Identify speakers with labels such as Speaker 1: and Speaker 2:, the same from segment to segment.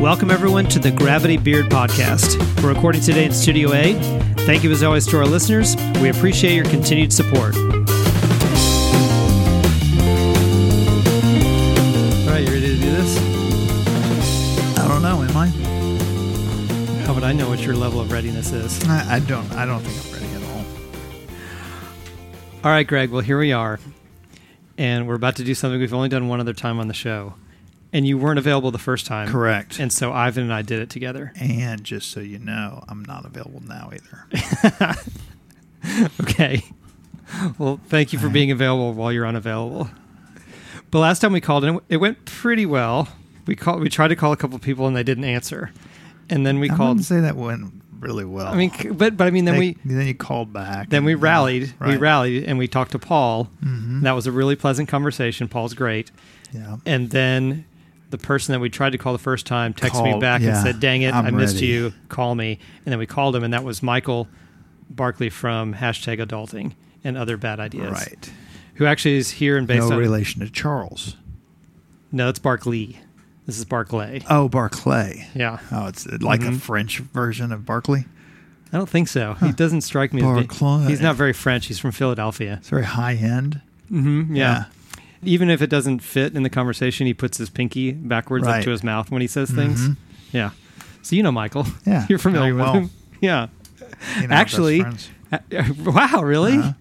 Speaker 1: Welcome, everyone, to the Gravity Beard Podcast. We're recording today in Studio A. Thank you, as always, to our listeners. We appreciate your continued support. All right, you ready to do this?
Speaker 2: I don't know. Am I?
Speaker 1: How would I know what your level of readiness is?
Speaker 2: I, I don't. I don't think I'm ready at all.
Speaker 1: All right, Greg, well, here we are. And we're about to do something we've only done one other time on the show. And you weren't available the first time.
Speaker 2: Correct.
Speaker 1: And so Ivan and I did it together.
Speaker 2: And just so you know, I'm not available now either.
Speaker 1: Okay. Well, thank you for being available while you're unavailable. But last time we called in, it went pretty well. We called, we tried to call a couple people and they didn't answer, and then we
Speaker 2: I
Speaker 1: called.
Speaker 2: wouldn't say that went really well.
Speaker 1: I mean, c- but but I mean, then we
Speaker 2: then you called back.
Speaker 1: then we
Speaker 2: and-
Speaker 1: rallied. We
Speaker 2: Right. Mm-hmm.
Speaker 1: rallied and we talked to Paul. That was a really pleasant conversation. Paul's great.
Speaker 2: Yeah.
Speaker 1: And then the person that we tried to call the first time texted me
Speaker 2: Called,
Speaker 1: back and
Speaker 2: yeah,
Speaker 1: said, "Dang it, i
Speaker 2: I'm
Speaker 1: missed
Speaker 2: ready.
Speaker 1: you. Call me." And then we called him, and that was Michael Barkley from hashtag Adulting and other bad ideas.
Speaker 2: Right.
Speaker 1: who actually is here and based
Speaker 2: No
Speaker 1: on
Speaker 2: relation to Charles.
Speaker 1: no, that's Barkley. This is Barclay.
Speaker 2: Oh, Barclay.
Speaker 1: Yeah,
Speaker 2: Oh, it's like
Speaker 1: Mm-hmm.
Speaker 2: a French version of Barclay.
Speaker 1: I don't think so. He doesn't strike me. as
Speaker 2: Barclay.
Speaker 1: being, He's not very French. He's from Philadelphia.
Speaker 2: It's very high end. Mm-hmm.
Speaker 1: Mm, yeah. even if it doesn't fit in the conversation, he puts his pinky backwards up
Speaker 2: Right. Mm-hmm.
Speaker 1: to his mouth when he says things. Yeah. So you know Michael.
Speaker 2: Yeah.
Speaker 1: you're familiar
Speaker 2: Oh,
Speaker 1: with
Speaker 2: well.
Speaker 1: him. Yeah.
Speaker 2: You know, best
Speaker 1: Actually,
Speaker 2: friends.
Speaker 1: Uh, wow, really?
Speaker 2: Uh-huh.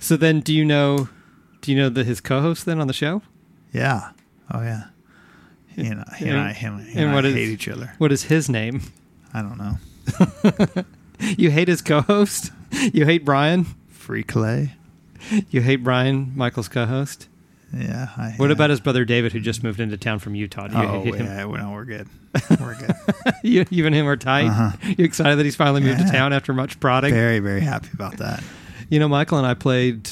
Speaker 1: So then, do you know? Do you know the, his co-host then on the show?
Speaker 2: Yeah. Oh yeah. He and, he and I, him, he and
Speaker 1: and what
Speaker 2: I
Speaker 1: is-
Speaker 2: hate each other.
Speaker 1: What is his name?
Speaker 2: I don't know.
Speaker 1: You hate his co-host. You hate Brian.
Speaker 2: Free clay.
Speaker 1: You hate Brian, Michael's co-host.
Speaker 2: Yeah. I,
Speaker 1: What
Speaker 2: yeah.
Speaker 1: about his brother David, who just moved into town from Utah? Do you
Speaker 2: Oh
Speaker 1: hate him?
Speaker 2: yeah, well, no, we're good. We're good.
Speaker 1: you, you and him are tight.
Speaker 2: Uh-huh.
Speaker 1: You excited that he's finally moved to
Speaker 2: Yeah.
Speaker 1: town after much prodding?
Speaker 2: very very happy about that.
Speaker 1: You know, Michael and I played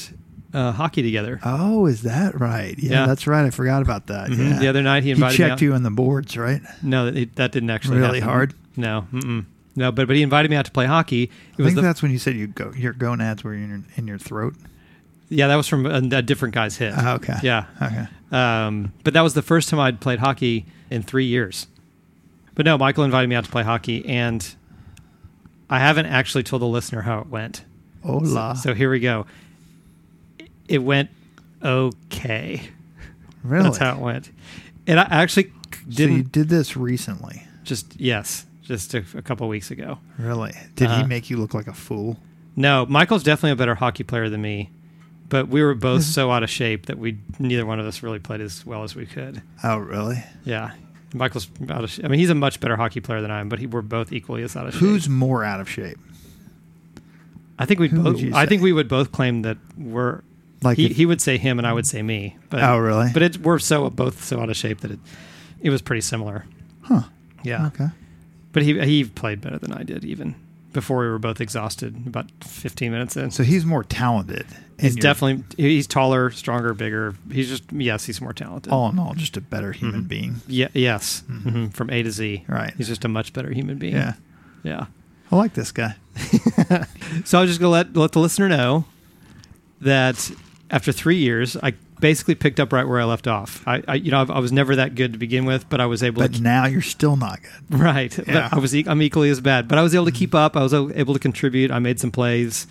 Speaker 1: uh, hockey together.
Speaker 2: Oh, is that right? Yeah,
Speaker 1: Yeah.
Speaker 2: that's right. I forgot about that.
Speaker 1: Mhm.
Speaker 2: Yeah.
Speaker 1: The other night he
Speaker 2: he
Speaker 1: invited me out.
Speaker 2: checked you in the boards, right?
Speaker 1: no, that, that didn't actually
Speaker 2: Really
Speaker 1: happen.
Speaker 2: hard?
Speaker 1: No, mm-mm. no, but but he invited me out to play hockey. It
Speaker 2: I
Speaker 1: was
Speaker 2: think
Speaker 1: the,
Speaker 2: that's when you said you go your gonads were in your, in your throat.
Speaker 1: yeah, that was from a, a different guy's hit.
Speaker 2: Oh, okay.
Speaker 1: Yeah,
Speaker 2: Okay.
Speaker 1: Um, but that was the first time I'd played hockey in three years. But no, Michael invited me out to play hockey, and I haven't actually told the listener how it went.
Speaker 2: Hola.
Speaker 1: So here we go. It went okay.
Speaker 2: really?
Speaker 1: That's how it went. And I actually
Speaker 2: So you
Speaker 1: didn't
Speaker 2: did this recently.
Speaker 1: just yes, just a, a couple weeks ago.
Speaker 2: Really? Did
Speaker 1: Uh-huh.
Speaker 2: he make you look like a fool?
Speaker 1: No, Michael's definitely a better hockey player than me, but we were both
Speaker 2: Mm-hmm.
Speaker 1: so out of shape that we neither one of us really played as well as we could.
Speaker 2: Oh, really?
Speaker 1: Yeah. Michael's out of sh- I mean, he's a much better hockey player than I am, but he, we're both equally as out of shape.
Speaker 2: Who's more out of shape?
Speaker 1: I think we
Speaker 2: who would
Speaker 1: both.
Speaker 2: you
Speaker 1: I
Speaker 2: say?
Speaker 1: think we would both claim that we're.
Speaker 2: Like
Speaker 1: he,
Speaker 2: if-
Speaker 1: he would say him, and I would say me. But,
Speaker 2: Oh, really?
Speaker 1: But it, we're so both so out of shape that it it was pretty similar.
Speaker 2: Huh.
Speaker 1: Yeah.
Speaker 2: Okay.
Speaker 1: But he he played better than I did even before we were both exhausted about 15 minutes in.
Speaker 2: So he's more talented. and
Speaker 1: he's
Speaker 2: you're
Speaker 1: definitely he's taller, stronger, bigger. He's just yes, he's more talented.
Speaker 2: all in all just a better human
Speaker 1: Mm-hmm.
Speaker 2: being.
Speaker 1: yeah, yes, hmm from A to Z.
Speaker 2: Right.
Speaker 1: He's just a much better human being.
Speaker 2: Yeah.
Speaker 1: Yeah.
Speaker 2: I like this guy.
Speaker 1: So I was just gonna let let the listener know that after three years, I basically picked up right where I left off. I, I you know I've, I was never that good to begin with, but I was able
Speaker 2: But
Speaker 1: to
Speaker 2: now you're still not good.
Speaker 1: right.
Speaker 2: Yeah. Mm-hmm.
Speaker 1: But I was e- I'm equally as bad, but I was able to keep up. I was o- able to contribute. I made some plays.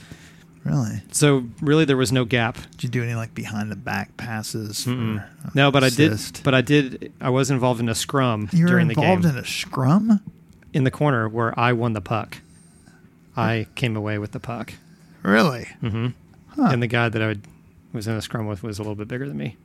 Speaker 2: Really?
Speaker 1: So really, there was no gap.
Speaker 2: Did you do any like behind the back passes? Or,
Speaker 1: No, but I
Speaker 2: assist?
Speaker 1: did. But I did. I was involved in a scrum
Speaker 2: you were
Speaker 1: during the
Speaker 2: involved
Speaker 1: game
Speaker 2: in a scrum?
Speaker 1: in the corner where I won the puck. I came away with the puck,
Speaker 2: Really? Huh.
Speaker 1: Mm-hmm. and the guy that I would, was in a scrum with was a little bit bigger than me.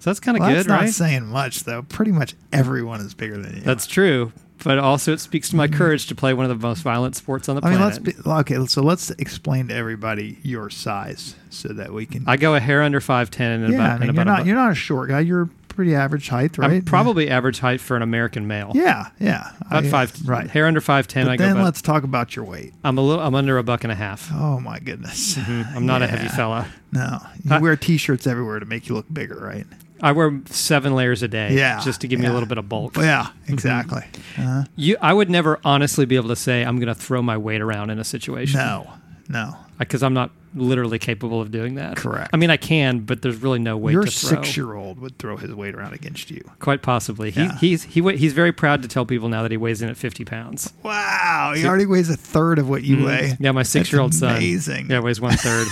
Speaker 1: So that's kind of
Speaker 2: Well,
Speaker 1: good,
Speaker 2: that's not
Speaker 1: right?
Speaker 2: saying much though. Pretty much everyone is bigger than you.
Speaker 1: That's true, but also it speaks to my courage to play one of the most violent sports on the
Speaker 2: Mm-hmm. I mean,
Speaker 1: planet.
Speaker 2: let's be okay. So let's explain to everybody your size so that we can.
Speaker 1: I go a hair under five ten and
Speaker 2: yeah,
Speaker 1: about,
Speaker 2: I mean,
Speaker 1: and
Speaker 2: you're
Speaker 1: about a
Speaker 2: not
Speaker 1: bu-
Speaker 2: you're not a short guy. You're pretty average height, right?
Speaker 1: I'm probably average height for an American male.
Speaker 2: Yeah, yeah.
Speaker 1: about
Speaker 2: I-
Speaker 1: five,
Speaker 2: Right.
Speaker 1: Hair under five ten.
Speaker 2: But
Speaker 1: I go.
Speaker 2: then
Speaker 1: About,
Speaker 2: let's talk about your weight.
Speaker 1: I'm a little. I'm under a buck and a half.
Speaker 2: Oh my goodness.
Speaker 1: Mm-hmm. I'm not a heavy
Speaker 2: Oh, Yeah.
Speaker 1: fella.
Speaker 2: No, you
Speaker 1: I-
Speaker 2: wear t-shirts everywhere to make you look bigger, right?
Speaker 1: I wear seven layers a day.
Speaker 2: Yeah,
Speaker 1: just to give me a
Speaker 2: yeah.
Speaker 1: little bit of bulk.
Speaker 2: Yeah, exactly. Uh,
Speaker 1: You, I would never honestly be able to say I'm going to throw my weight around in a situation.
Speaker 2: no, no.
Speaker 1: because I'm not. literally capable of doing that.
Speaker 2: Correct.
Speaker 1: I mean, I can, but there's really no way
Speaker 2: Your
Speaker 1: to throw.
Speaker 2: six year old would throw his weight around against you.
Speaker 1: Quite possibly. He,
Speaker 2: Yeah.
Speaker 1: He's he wa- he's very proud to tell people now that he weighs in at 50 pounds.
Speaker 2: Wow, he already weighs a third of what you weigh.
Speaker 1: Mm-hmm. Yeah, my six year old son.
Speaker 2: amazing.
Speaker 1: Yeah, weighs one third.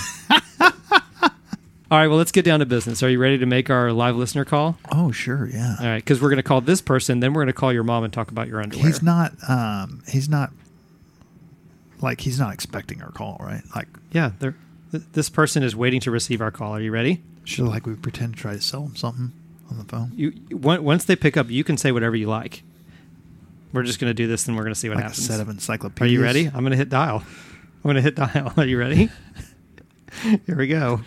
Speaker 1: All right, well, let's get down to business. Are you ready to make our live listener call?
Speaker 2: Oh, sure, yeah.
Speaker 1: All right, because we're going to call this person, then we're going to call your mom and talk about your underwear.
Speaker 2: He's not. Um, he's not. Like he's not expecting our call, right? Like
Speaker 1: yeah, they're, th- this person is waiting to receive our call. Are you ready?
Speaker 2: should like we pretend to try to sell him something on the phone,
Speaker 1: You on- once they pick up, you can say whatever you like. We're just going to do this, and we're going to see what
Speaker 2: like a
Speaker 1: happens.
Speaker 2: set of
Speaker 1: Are
Speaker 2: encyclopedias.
Speaker 1: you ready? I'm going to hit dial. I'm going to hit dial. Are you ready? Here we go.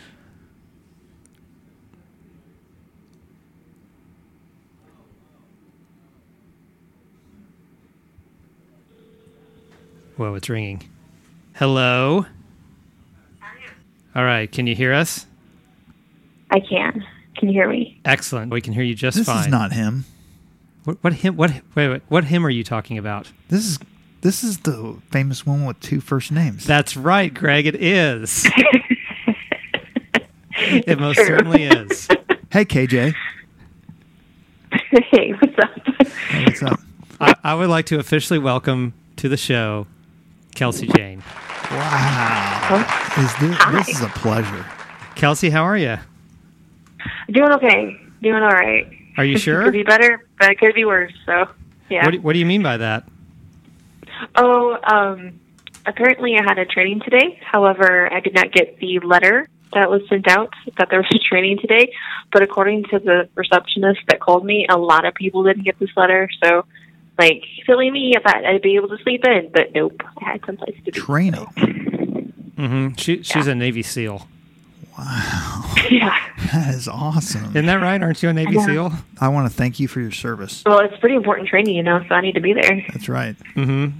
Speaker 1: Whoa, it's ringing. Hello. All right, can you hear us?
Speaker 3: I can. Can you hear me?
Speaker 1: Excellent. We can hear you just
Speaker 2: This
Speaker 1: fine.
Speaker 2: is not him.
Speaker 1: what, what him? What wait, wait? What him are you talking about?
Speaker 2: This is this is the famous one with two first names.
Speaker 1: That's right, Greg. It is. it most
Speaker 3: True.
Speaker 1: certainly is.
Speaker 2: hey KJ,
Speaker 3: hey, what's up?
Speaker 2: Hey, what's up?
Speaker 1: I, I would like to officially welcome to the show Kelsey Jane.
Speaker 2: Wow, is this this is a pleasure.
Speaker 1: Kelsey, how are you?
Speaker 3: Doing okay. Doing all right.
Speaker 1: Are you sure?
Speaker 3: Could be better, but it could be worse. So, yeah.
Speaker 1: What do, what do you mean by that?
Speaker 3: oh, um, apparently I had a training today. However, I did not get the letter that was sent out that there was a training today. But according to the receptionist that called me, a lot of people didn't get this letter. So, like, silly me, I thought I'd be able to sleep in, but nope. I had someplace to be.
Speaker 2: Training.
Speaker 1: hmm She, she's a Navy SEAL.
Speaker 3: yeah.
Speaker 2: That is awesome.
Speaker 1: Isn't that right? Aren't you a Navy
Speaker 3: Yeah.
Speaker 1: SEAL?
Speaker 2: I want to thank you for your service.
Speaker 3: Well, it's pretty important training, you know, so I need to be there.
Speaker 2: That's right.
Speaker 1: Mm-hmm. She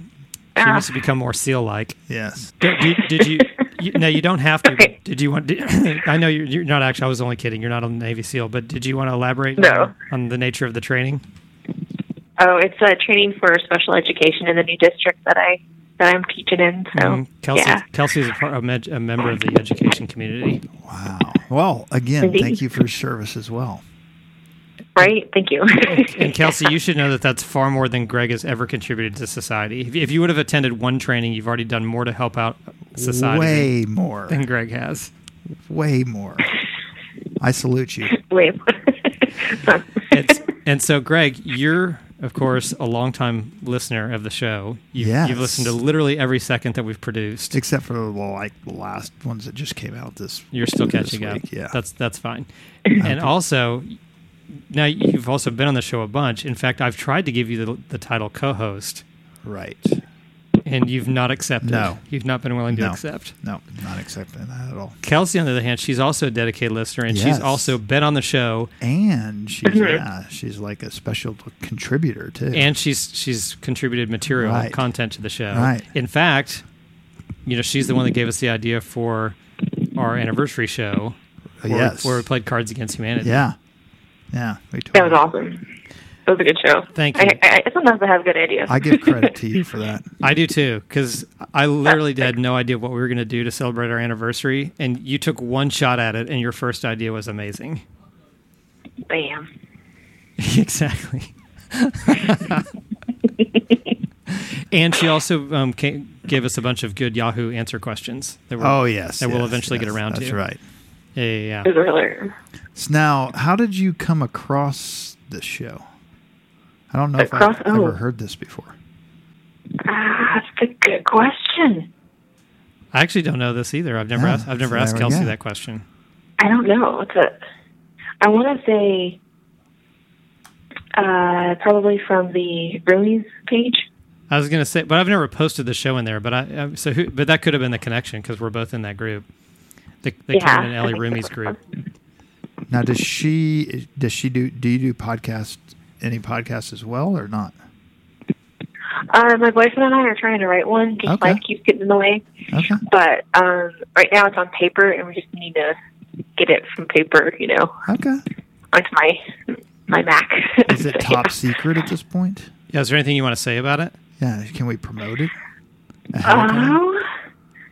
Speaker 3: Ah.
Speaker 1: needs to become more SEAL-like.
Speaker 2: Yes.
Speaker 1: Did, did, did you, you? No, you don't have to. but
Speaker 3: Okay.
Speaker 1: Did you want? Did, I know you're, you're not actually. I was only kidding. You're not a Navy SEAL, but did you want to elaborate
Speaker 3: No.
Speaker 1: on, on the nature of the training?
Speaker 3: Oh, it's a training for special education in the new district that I that I'm teaching in. So
Speaker 1: Mhm. Kelsey,
Speaker 3: Oh, yeah,
Speaker 1: Kelsey is a, part, a, med, a member of the education community.
Speaker 2: Wow. Well, again,
Speaker 3: Indeed.
Speaker 2: thank you for your service as well.
Speaker 3: right. Thank you.
Speaker 1: And Kelsey, you should know that that's far more than Greg has ever contributed to society. If, if you would have attended one training, you've already done more to help out society
Speaker 2: Way more.
Speaker 1: than Greg has.
Speaker 2: Way more. I salute you.
Speaker 3: Wait.
Speaker 1: It's, and so, Greg, you're of course a longtime listener of the show. You've,
Speaker 2: Yes.
Speaker 1: you've listened to literally every second that we've produced.
Speaker 2: Except for the like the last ones that just came out this.
Speaker 1: You're still
Speaker 2: this
Speaker 1: catching up.
Speaker 2: week, Yeah.
Speaker 1: that's that's fine. And also, now you've also been on the show a bunch. In fact, I've tried to give you the, the title co-host,
Speaker 2: right.
Speaker 1: and you've not accepted.
Speaker 2: No.
Speaker 1: you've not been willing to
Speaker 2: No.
Speaker 1: accept.
Speaker 2: No, not accepting that at all.
Speaker 1: Kelsey, on the other hand, she's also a dedicated listener, and she's
Speaker 2: Yes.
Speaker 1: also been on the show,
Speaker 2: And she's yeah, she's like a special contributor too.
Speaker 1: Mm-hmm. and she's she's contributed material
Speaker 2: Right.
Speaker 1: content to the show.
Speaker 2: Right.
Speaker 1: In fact, you know, she's the one that gave us the idea for our anniversary show, where,
Speaker 2: yes.
Speaker 1: we, where we played Cards Against Humanity.
Speaker 2: yeah. Yeah. we
Speaker 3: that was
Speaker 2: totally-
Speaker 3: awesome. That was a good show.
Speaker 1: Thank
Speaker 3: I,
Speaker 1: you.
Speaker 3: I, I sometimes I have good ideas.
Speaker 2: I give credit to you for that.
Speaker 1: I do too, because I literally had no idea what we were going to do to celebrate our anniversary, and you took one shot at it, and your first idea was amazing.
Speaker 3: Bam.
Speaker 1: exactly. and she also um, ca gave us a bunch of good Yahoo answer questions. That were,
Speaker 2: Oh yes.
Speaker 1: that we'll
Speaker 2: yes,
Speaker 1: eventually get
Speaker 2: yes,
Speaker 1: around
Speaker 2: That's
Speaker 1: to.
Speaker 2: right.
Speaker 1: yeah, yeah,
Speaker 3: It
Speaker 1: yeah.
Speaker 3: was really
Speaker 2: So now, how did you come across this show? I don't know if
Speaker 3: Across-
Speaker 2: I've
Speaker 3: oh.
Speaker 2: ever heard this before.
Speaker 3: ah, that's a good question.
Speaker 1: I actually don't know this either. I've never
Speaker 2: Yeah,
Speaker 1: asked. I've never
Speaker 2: so
Speaker 1: asked
Speaker 2: there we
Speaker 1: Kelsey
Speaker 2: go.
Speaker 1: that question.
Speaker 3: I don't know. It's a, I want to say uh, probably from the Rooney's page.
Speaker 1: I was gonna say, but I've never posted the show in there. But I, I so who, but that could have been the connection because we're both in that group, the, the
Speaker 3: Yeah,
Speaker 1: Karen and
Speaker 3: I
Speaker 1: Ellie
Speaker 3: think
Speaker 1: Roomies
Speaker 3: so.
Speaker 1: group.
Speaker 2: Now, does she does she do do you do podcast any podcasts as well or not?
Speaker 3: Uh, my boyfriend and I are trying to write one. Just
Speaker 2: Okay.
Speaker 3: life keeps getting in the way.
Speaker 2: Okay.
Speaker 3: But um, right now it's on paper, and we just need to get it from paper, you know,
Speaker 2: Okay.
Speaker 3: onto my my Mac.
Speaker 2: Is it top secret at this point?
Speaker 1: Yeah, is there anything you want to say about it?
Speaker 3: Uh-huh.
Speaker 2: Yeah. Can we promote it? ahead of time?
Speaker 3: Oh,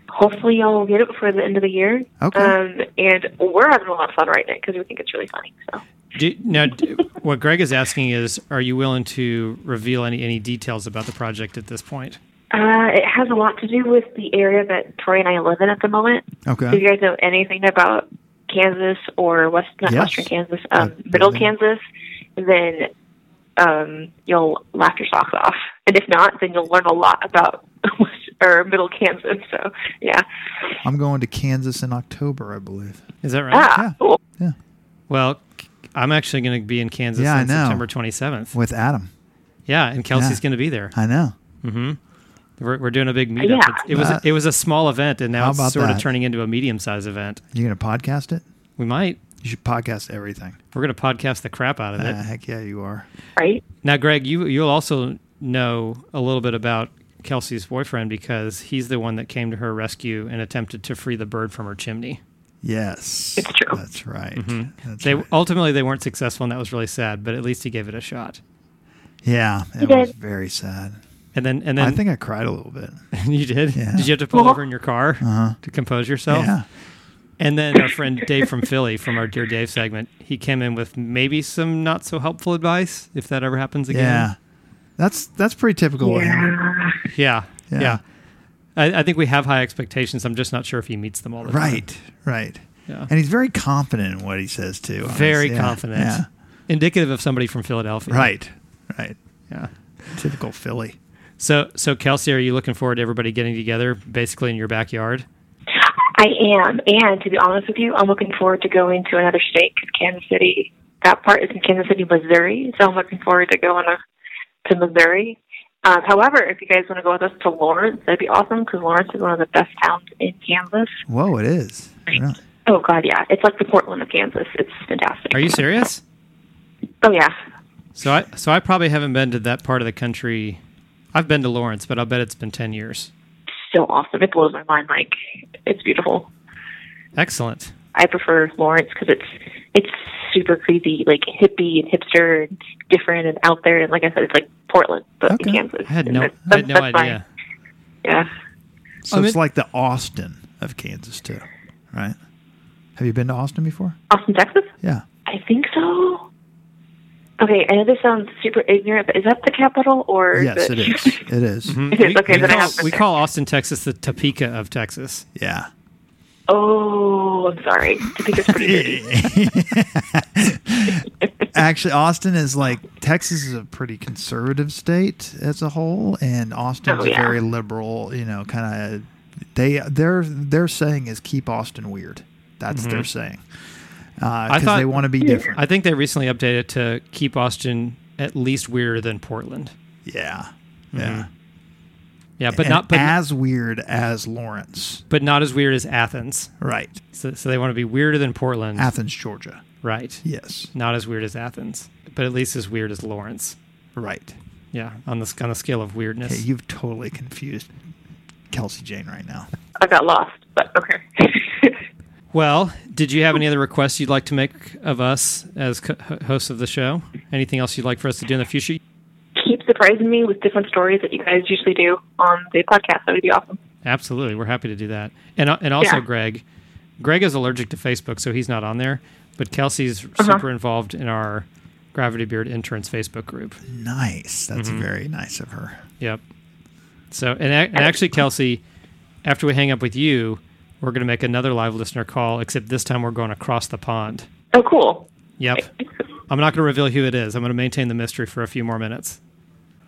Speaker 3: hopefully y'all will get it before the end of the year.
Speaker 2: Okay.
Speaker 3: Um, and we're having a lot of fun writing it because we think it's really funny. So
Speaker 1: Do, now, d- what Greg is asking is, are you willing to reveal any any details about the project at this point?
Speaker 3: uh, it has a lot to do with the area that Tori and I live in at the moment.
Speaker 2: Okay.
Speaker 3: Do you guys know anything about Kansas or West, not
Speaker 2: Yes.
Speaker 3: Western Kansas, um,
Speaker 2: I-
Speaker 3: Middle
Speaker 2: I-
Speaker 3: Kansas? Then um, you'll laugh your socks off, and if not, then you'll learn a lot about West, or Middle Kansas. So yeah,
Speaker 2: I'm going to Kansas in October, I believe.
Speaker 1: Is that right?
Speaker 3: ah,
Speaker 2: yeah.
Speaker 3: cool.
Speaker 2: Yeah.
Speaker 1: Well, c- I'm actually going to be in Kansas
Speaker 2: Yeah, I
Speaker 1: on
Speaker 2: know.
Speaker 1: September 27th.
Speaker 2: With Adam.
Speaker 1: yeah, and Kelsey's
Speaker 2: Yeah.
Speaker 1: going to be there.
Speaker 2: I know.
Speaker 1: We're, we're doing a big meetup.
Speaker 3: Yeah.
Speaker 1: It's- It, was
Speaker 2: Uh,
Speaker 1: it was a small event, and
Speaker 2: how
Speaker 1: now it's
Speaker 2: about
Speaker 1: sort of
Speaker 2: that?
Speaker 1: turning into a medium sized event.
Speaker 2: You gonna podcast it?
Speaker 1: We might.
Speaker 2: You should podcast everything.
Speaker 1: We're going to podcast the crap out of it.
Speaker 2: Uh, heck yeah, you are.
Speaker 3: Right?
Speaker 1: Now, Greg, you you'll also know a little bit about Kelsey's boyfriend because he's the one that came to her rescue and attempted to free the bird from her chimney.
Speaker 2: Yes,
Speaker 3: It's true.
Speaker 2: That's right. That's
Speaker 1: Mm-hmm. They
Speaker 2: right.
Speaker 1: ultimately they weren't successful, and that was really sad. But at least he gave it a shot.
Speaker 2: Yeah, it
Speaker 3: did.
Speaker 2: was very sad.
Speaker 1: And then and then
Speaker 2: I think I cried a little bit.
Speaker 1: you did.
Speaker 2: Yeah. Uh-huh.
Speaker 1: Did you have to pull
Speaker 3: Well-
Speaker 1: over in your car to compose yourself?
Speaker 2: Yeah.
Speaker 1: And then our friend Dave from Philly, from our Dear Dave segment, he came in with maybe some not so helpful advice if that ever happens
Speaker 2: Yeah.
Speaker 1: again.
Speaker 2: That's that's pretty typical. of him.
Speaker 1: Yeah, yeah.
Speaker 2: Yeah.
Speaker 1: I, I think we have high expectations. I'm just not sure if he meets them all the time.
Speaker 2: Right. Right.
Speaker 1: Yeah.
Speaker 2: And he's very confident in what he says too. honest.
Speaker 1: very
Speaker 2: Yeah,
Speaker 1: confident.
Speaker 2: Yeah.
Speaker 1: Indicative of somebody from Philadelphia.
Speaker 2: Right. Right.
Speaker 1: Yeah.
Speaker 2: Typical Philly.
Speaker 1: So so Kelsey, are you looking forward to everybody getting together basically in your backyard?
Speaker 3: I am, and to be honest with you, I'm looking forward to going to another state 'cause Kansas City. That part is in Kansas City, Missouri. So I'm looking forward to going to, to Missouri. Um, however, if you guys want to go with us to Lawrence, that'd be awesome 'cause Lawrence is one of the best towns in Kansas.
Speaker 2: Whoa, it is. Really?
Speaker 3: Oh God, yeah, it's like the Portland of Kansas. It's fantastic.
Speaker 1: Are you serious?
Speaker 3: Oh yeah.
Speaker 1: So I so I probably haven't been to that part of the country. I've been to Lawrence, but I'll bet it's been ten years.
Speaker 3: So awesome. It blows my mind. Like it's beautiful.
Speaker 1: Excellent.
Speaker 3: I prefer Lawrence because it's it's super crazy, like hippie and hipster and different and out there. And like I said, it's like Portland, but
Speaker 2: Okay.
Speaker 3: in Kansas.
Speaker 1: I had
Speaker 3: And
Speaker 1: no
Speaker 3: that's-
Speaker 1: I had no
Speaker 3: that's my-
Speaker 1: idea.
Speaker 3: Yeah.
Speaker 2: So
Speaker 1: I
Speaker 2: it's
Speaker 1: mean-
Speaker 2: like the Austin of Kansas too, right? Have you been to Austin before?
Speaker 3: Austin, Texas?
Speaker 2: Yeah.
Speaker 3: I think so. Okay, I know this sounds super ignorant, but is that the capital or?
Speaker 2: Yes,
Speaker 3: the-
Speaker 2: it is. It is.
Speaker 1: Mm-hmm.
Speaker 3: It is. Okay,
Speaker 1: we,
Speaker 3: then I
Speaker 1: call,
Speaker 3: have to
Speaker 1: we
Speaker 3: say.
Speaker 1: call Austin, Texas, the Topeka of Texas.
Speaker 2: Yeah.
Speaker 3: Oh, I'm sorry. Topeka's pretty dirty.
Speaker 2: Actually, Austin is like Texas is a pretty conservative state as a whole, and Austin's
Speaker 3: Oh, yeah.
Speaker 2: very liberal. You know, kind of they their their saying is keep Austin weird. That's
Speaker 3: Mm-hmm.
Speaker 2: their saying because
Speaker 1: thought-
Speaker 2: they want to be different.
Speaker 1: I think they recently updated it to keep Austin at least weirder than Portland.
Speaker 2: yeah, yeah,
Speaker 1: Yeah, Mm-hmm. but
Speaker 2: And
Speaker 1: not but,
Speaker 2: as weird as Lawrence,
Speaker 1: but not as weird as Athens.
Speaker 2: right?
Speaker 1: So, so they want to be weirder than Portland,
Speaker 2: Athens, Georgia.
Speaker 1: right?
Speaker 2: Yes,
Speaker 1: Not as weird as Athens, but at least as weird as Lawrence.
Speaker 2: right.
Speaker 1: Yeah, on the s- on the scale of weirdness.
Speaker 2: Okay, you've totally confused Kelsey Jane right now.
Speaker 3: I got lost, but okay.
Speaker 1: well, did you have any other requests you'd like to make of us as co- ho- hosts of the show? Anything else you'd like for us to do in the future?
Speaker 3: Keep surprising me with different stories that you guys usually do on the podcast. That would be awesome.
Speaker 1: Absolutely, we're happy to do that. And uh, and also,
Speaker 3: Yeah.
Speaker 1: Greg, Greg is allergic to Facebook, so he's not on there. But Kelsey's super involved in our Gravity Beard Interns Facebook group.
Speaker 2: Nice. That's
Speaker 1: Mm-hmm.
Speaker 2: very nice of her.
Speaker 1: Yep. So and, ac- and actually, Kelsey, after we hang up with you, we're going to make another live listener call. Except this time, we're going across the pond.
Speaker 3: Oh, cool.
Speaker 1: Yep. I'm not going to reveal who it is. I'm going to maintain the mystery for a few more minutes.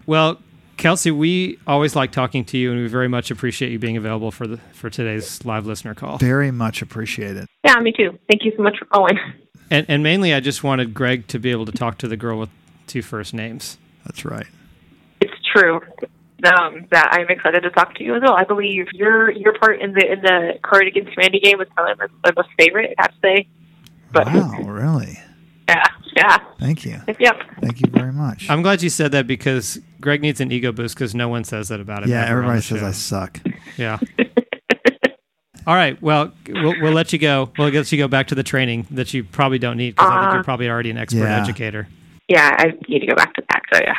Speaker 1: Well, Kelsey, we always like talking to you, and we very much appreciate you being available for the for today's live listener call.
Speaker 2: Very much appreciated.
Speaker 3: Yeah, me too. Thank you so much for calling.
Speaker 1: And, and mainly, I just wanted Greg to be able to talk to the girl with two first names.
Speaker 2: That's right.
Speaker 3: it's true um, that I'm excited to talk to you as well. I believe your your part in the in the Card Against Humanity game was probably my, my most favorite. I have to say, but
Speaker 2: Wow, really?
Speaker 3: yeah, yeah,
Speaker 2: Thank you.
Speaker 3: yep.
Speaker 2: Thank you very much.
Speaker 1: I'm glad you said that because Greg needs an ego boost because no one says that about him.
Speaker 2: yeah,
Speaker 1: ever on
Speaker 2: everybody
Speaker 1: the
Speaker 2: says
Speaker 1: show.
Speaker 2: I suck.
Speaker 1: Yeah. All right. Well, we'll we'll let you go. We'll let you go back to the training that you probably don't need because I think you're probably already an expert
Speaker 2: Yeah.
Speaker 1: educator.
Speaker 3: Yeah, I need to go back to that. So yeah,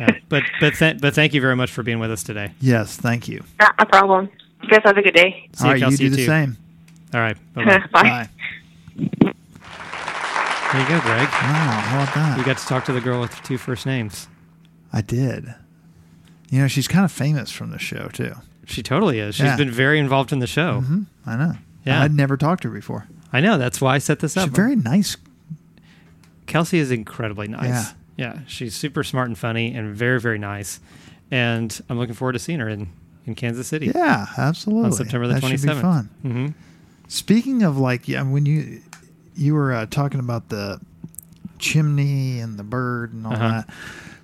Speaker 1: Yeah. But but th- but thank you very much for being with us today.
Speaker 2: Yes, thank you.
Speaker 3: not a problem. You guys have a good day.
Speaker 1: See you,
Speaker 2: All right, you
Speaker 1: Kelsey,
Speaker 2: do the
Speaker 1: too.
Speaker 2: same.
Speaker 1: All right. Bye-bye.
Speaker 2: Bye.
Speaker 1: there you go, Greg.
Speaker 2: Wow, how about that?
Speaker 1: We got to talk to the girl with two first names.
Speaker 2: I did. You know, she's kind of famous from the show too.
Speaker 1: She totally is. She's
Speaker 2: Yeah.
Speaker 1: been very involved in the show.
Speaker 2: hmm I know.
Speaker 1: Yeah.
Speaker 2: I'd never talked to her before.
Speaker 1: I know. That's why I set this
Speaker 2: She's
Speaker 1: up.
Speaker 2: a very nice.
Speaker 1: Kelsey is incredibly nice. Yeah. She's super smart and funny and very, very nice. And I'm looking forward to seeing her in, in Kansas City
Speaker 2: Yeah, absolutely.
Speaker 1: on September the
Speaker 2: that
Speaker 1: 27th.
Speaker 2: Should be fun.
Speaker 1: hmm
Speaker 2: Speaking of like, yeah, when you you were uh, talking about the chimney and the bird and all
Speaker 1: Uh-huh.
Speaker 2: that.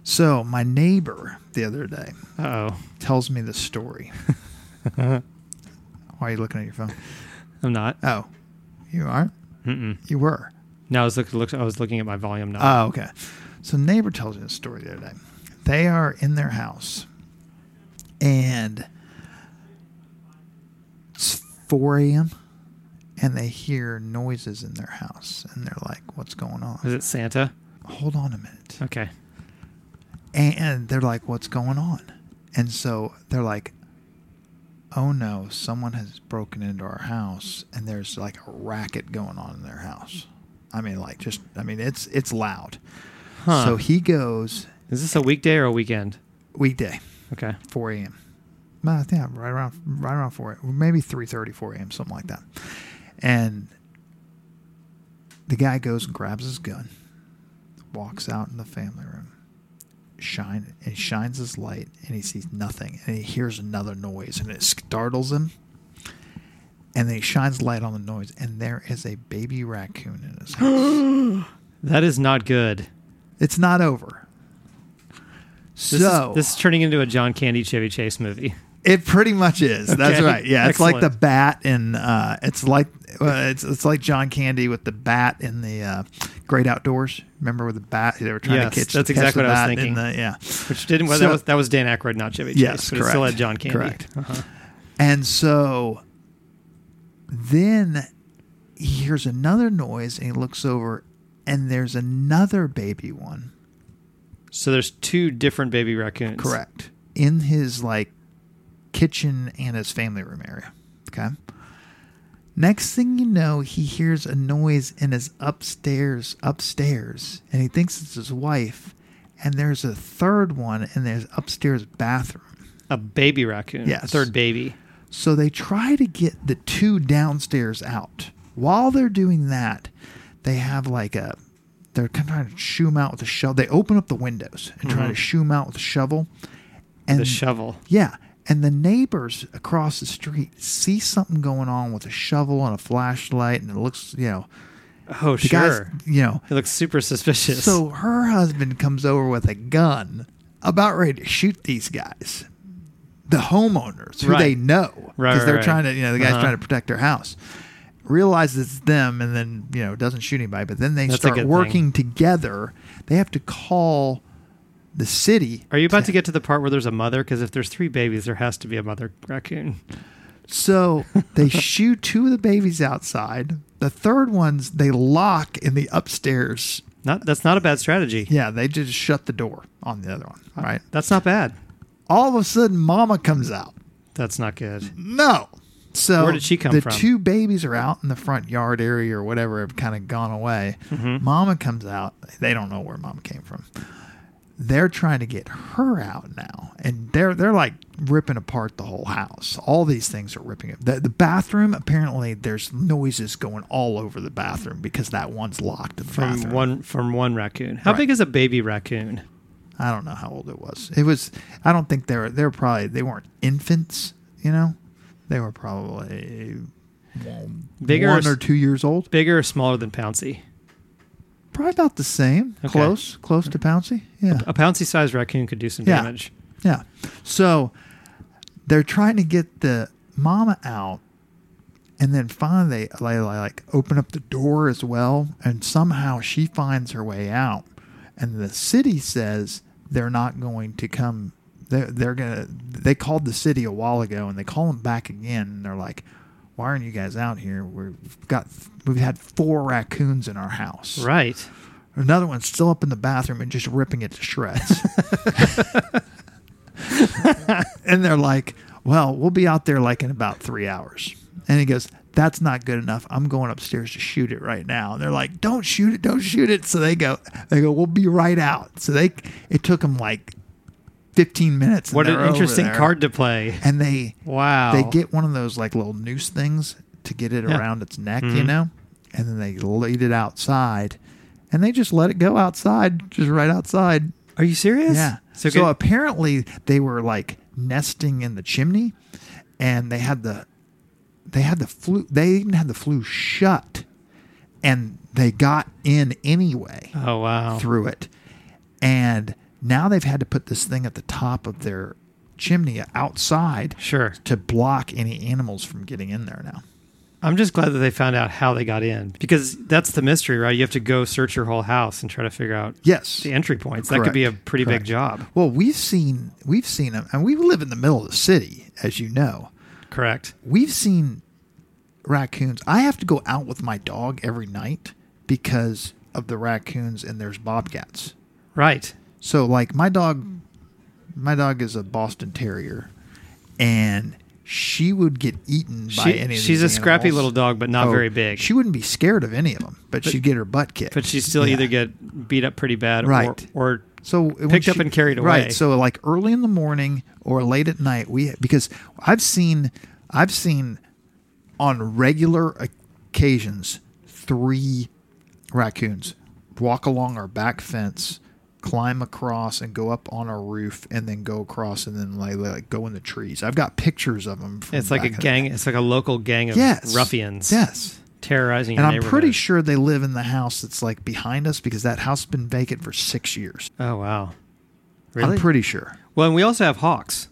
Speaker 2: So my neighbor the other day
Speaker 1: Uh oh.
Speaker 2: tells me the story. Why are you looking at your phone?
Speaker 1: I'm not.
Speaker 2: Oh, you aren't.
Speaker 1: Mm-mm.
Speaker 2: You were.
Speaker 1: No, I was, look, look, I was looking at my volume knob.
Speaker 2: Oh, okay. So neighbor tells me a story the other day. They are in their house, and it's four a.m. and they hear noises in their house, and they're like, "What's going
Speaker 1: Is
Speaker 2: on?"
Speaker 1: it Santa?
Speaker 2: Hold on a minute,
Speaker 1: Okay.
Speaker 2: and they're like, "What's going on?" And so they're like, "Oh no, someone has broken into our house, and there's like a racket going on in their house." I mean, like, just I mean, it's it's loud.
Speaker 1: Huh.
Speaker 2: So he goes
Speaker 1: is this a weekday or a weekend?
Speaker 2: weekday,
Speaker 1: Okay.
Speaker 2: 4 a.m. No, I think I'm right around right around 4, maybe 3:30, 4 a.m., something like that. And the guy goes and grabs his gun, walks out in the family room, shine and shines his light, and he sees nothing, and he hears another noise, and it startles him. And then he shines light on the noise, and there is a baby raccoon in his house.
Speaker 1: That is not good.
Speaker 2: it's not over.
Speaker 1: This,
Speaker 2: so
Speaker 1: is, this is turning into a John Candy Chevy Chase movie.
Speaker 2: It pretty much is. That's
Speaker 1: Okay.
Speaker 2: right. Yeah, it's like the
Speaker 1: Excellent.
Speaker 2: bat in. Uh, it's like uh, it's it's like John Candy with the bat in the uh, Great Outdoors. Remember with the bat they were trying
Speaker 1: Yes,
Speaker 2: to catch.
Speaker 1: that's
Speaker 2: catch
Speaker 1: exactly
Speaker 2: the
Speaker 1: what I was
Speaker 2: bat
Speaker 1: thinking.
Speaker 2: in the- yeah,
Speaker 1: Which didn't. Well,
Speaker 2: So-
Speaker 1: that was that was Dan Aykroyd, not Chevy Chase.
Speaker 2: Yes,
Speaker 1: but it still
Speaker 2: correct.
Speaker 1: had John Candy.
Speaker 2: Correct.
Speaker 1: Uh-huh.
Speaker 2: and so then he hears another noise and he looks over, and there's another baby one.
Speaker 1: So there's two different baby raccoons.
Speaker 2: Correct. In his like kitchen and his family room area. Okay. Next thing you know, he hears a noise in his upstairs, upstairs, and he thinks it's his wife. And there's a third one in his upstairs bathroom.
Speaker 1: A baby raccoon.
Speaker 2: Yes.
Speaker 1: A third baby.
Speaker 2: So they try to get the two downstairs out. While they're doing that, they have like a they're kind of trying to shoo them out with a shovel. They open up the windows and try to shoo them out with a shovel. And
Speaker 1: The shovel.
Speaker 2: yeah. And the neighbors across the street see something going on with a shovel and a flashlight, and it looks, you know,
Speaker 1: Oh
Speaker 2: the
Speaker 1: sure.
Speaker 2: guy's, you know.
Speaker 1: It looks super suspicious.
Speaker 2: So her husband comes over with a gun, about ready to shoot these guys, the homeowners who
Speaker 1: Right.
Speaker 2: they know, because
Speaker 1: Right, right,
Speaker 2: they're
Speaker 1: right.
Speaker 2: trying to, you know, the guy's
Speaker 1: Uh-huh.
Speaker 2: trying to protect their house. Realizes it's them, and then you know doesn't shoot anybody. But then they
Speaker 1: That's a
Speaker 2: start
Speaker 1: good thing.
Speaker 2: working together. They have to call the city.
Speaker 1: Are you about to get to the part where there's a mother? Because if there's three babies, there has to be a mother raccoon.
Speaker 2: So they shoot two of the babies outside. The third one's they lock in the upstairs.
Speaker 1: Not that's not a bad strategy.
Speaker 2: Yeah, they just shut the door on the other one. Right.
Speaker 1: That's not bad.
Speaker 2: All of a sudden, Mama comes out.
Speaker 1: That's not good.
Speaker 2: No. So
Speaker 1: Where did she come
Speaker 2: the
Speaker 1: from?
Speaker 2: two babies are out in the front yard area or whatever have kind of gone away.
Speaker 1: Mm-hmm.
Speaker 2: Mama comes out. They don't know where Mama came from. They're trying to get her out now, and they're they're like ripping apart the whole house. All these things are ripping it. The, the bathroom apparently there's noises going all over the bathroom because that one's locked. In the
Speaker 1: From
Speaker 2: bathroom.
Speaker 1: one from one raccoon. How
Speaker 2: Right.
Speaker 1: big is a baby raccoon?
Speaker 2: I don't know how old it was. It was. I don't think they were. They were probably. They weren't infants. You know, they were probably well,
Speaker 1: Bigger
Speaker 2: one
Speaker 1: or
Speaker 2: or
Speaker 1: s-
Speaker 2: two years old.
Speaker 1: Bigger or smaller than Pouncy?
Speaker 2: Probably about the same.
Speaker 1: Okay.
Speaker 2: Close. Close to Pouncy. Yeah.
Speaker 1: A Pouncy sized raccoon could do some
Speaker 2: Yeah.
Speaker 1: damage.
Speaker 2: Yeah. So they're trying to get the mama out, and then finally they like, like open up the door as well, and somehow she finds her way out, and the city says they're not going to come. They're, they're gonna. They called the city a while ago, and they call them back again, and they're like. Why aren't you guys out here? We've got we've had four raccoons in our house.
Speaker 1: Right.
Speaker 2: Another one's still up in the bathroom and just ripping it to shreds. and they're like, Well, we'll be out there like in about three hours. And he goes, That's not good enough. I'm going upstairs to shoot it right now. And they're like, Don't shoot it, don't shoot it. So they go, they go, We'll be right out. So they it took them like 15 minutes. and
Speaker 1: What
Speaker 2: they're
Speaker 1: an
Speaker 2: over
Speaker 1: interesting
Speaker 2: there.
Speaker 1: card to play.
Speaker 2: And they
Speaker 1: Wow.
Speaker 2: they get one of those like little noose things to get it
Speaker 1: Yeah. Mm-hmm.
Speaker 2: around its neck, you know, and then they lead it outside, and they just let it go outside, just right outside.
Speaker 1: Are you serious?
Speaker 2: Yeah.
Speaker 1: So,
Speaker 2: So,
Speaker 1: get-
Speaker 2: apparently they were like nesting in the chimney, and they had the they had the flu. They even had the flu shut, and they got in anyway
Speaker 1: oh wow.
Speaker 2: through it. And now they've had to put this thing at the top of their chimney outside
Speaker 1: Sure.
Speaker 2: to block any animals from getting in there now.
Speaker 1: I'm just glad that they found out how they got in because that's the mystery, right? You have to go search your whole house and try to figure out
Speaker 2: Yes.
Speaker 1: the entry points. That could be a
Speaker 2: Correct.
Speaker 1: pretty
Speaker 2: Correct.
Speaker 1: big job.
Speaker 2: Well, we've seen we've seen them and we live in the middle of the city, as you know.
Speaker 1: Correct.
Speaker 2: We've seen raccoons. I have to go out with my dog every night because of the raccoons and there's bobcats.
Speaker 1: Right.
Speaker 2: So like my dog my dog is a Boston Terrier and she would get eaten by
Speaker 1: She-
Speaker 2: any of
Speaker 1: she's a
Speaker 2: these
Speaker 1: scrappy
Speaker 2: animals.
Speaker 1: little dog, but not
Speaker 2: Oh,
Speaker 1: very big.
Speaker 2: She wouldn't be scared of any of them, but, she'd get her butt kicked.
Speaker 1: but she still
Speaker 2: Yeah.
Speaker 1: either get beat up pretty bad
Speaker 2: Right.
Speaker 1: or, or
Speaker 2: so when
Speaker 1: picked up
Speaker 2: she-
Speaker 1: and carried away.
Speaker 2: Right. So like early in the morning or late at night, we because I've seen I've seen on regular occasions three raccoons walk along our back fence, climb across and go up on our roof, and then go across and then like, like, go in the trees. I've got pictures of them. From
Speaker 1: it's like a
Speaker 2: back in the-
Speaker 1: gang. It's like a local gang of
Speaker 2: Yes.
Speaker 1: ruffians
Speaker 2: Yes.
Speaker 1: terrorizing.
Speaker 2: And
Speaker 1: your
Speaker 2: I'm pretty
Speaker 1: neighborhood.
Speaker 2: sure they live in the house that's like behind us because that house has been vacant for six years.
Speaker 1: Oh wow. Really?
Speaker 2: I'm pretty sure.
Speaker 1: well, and we also have hawks.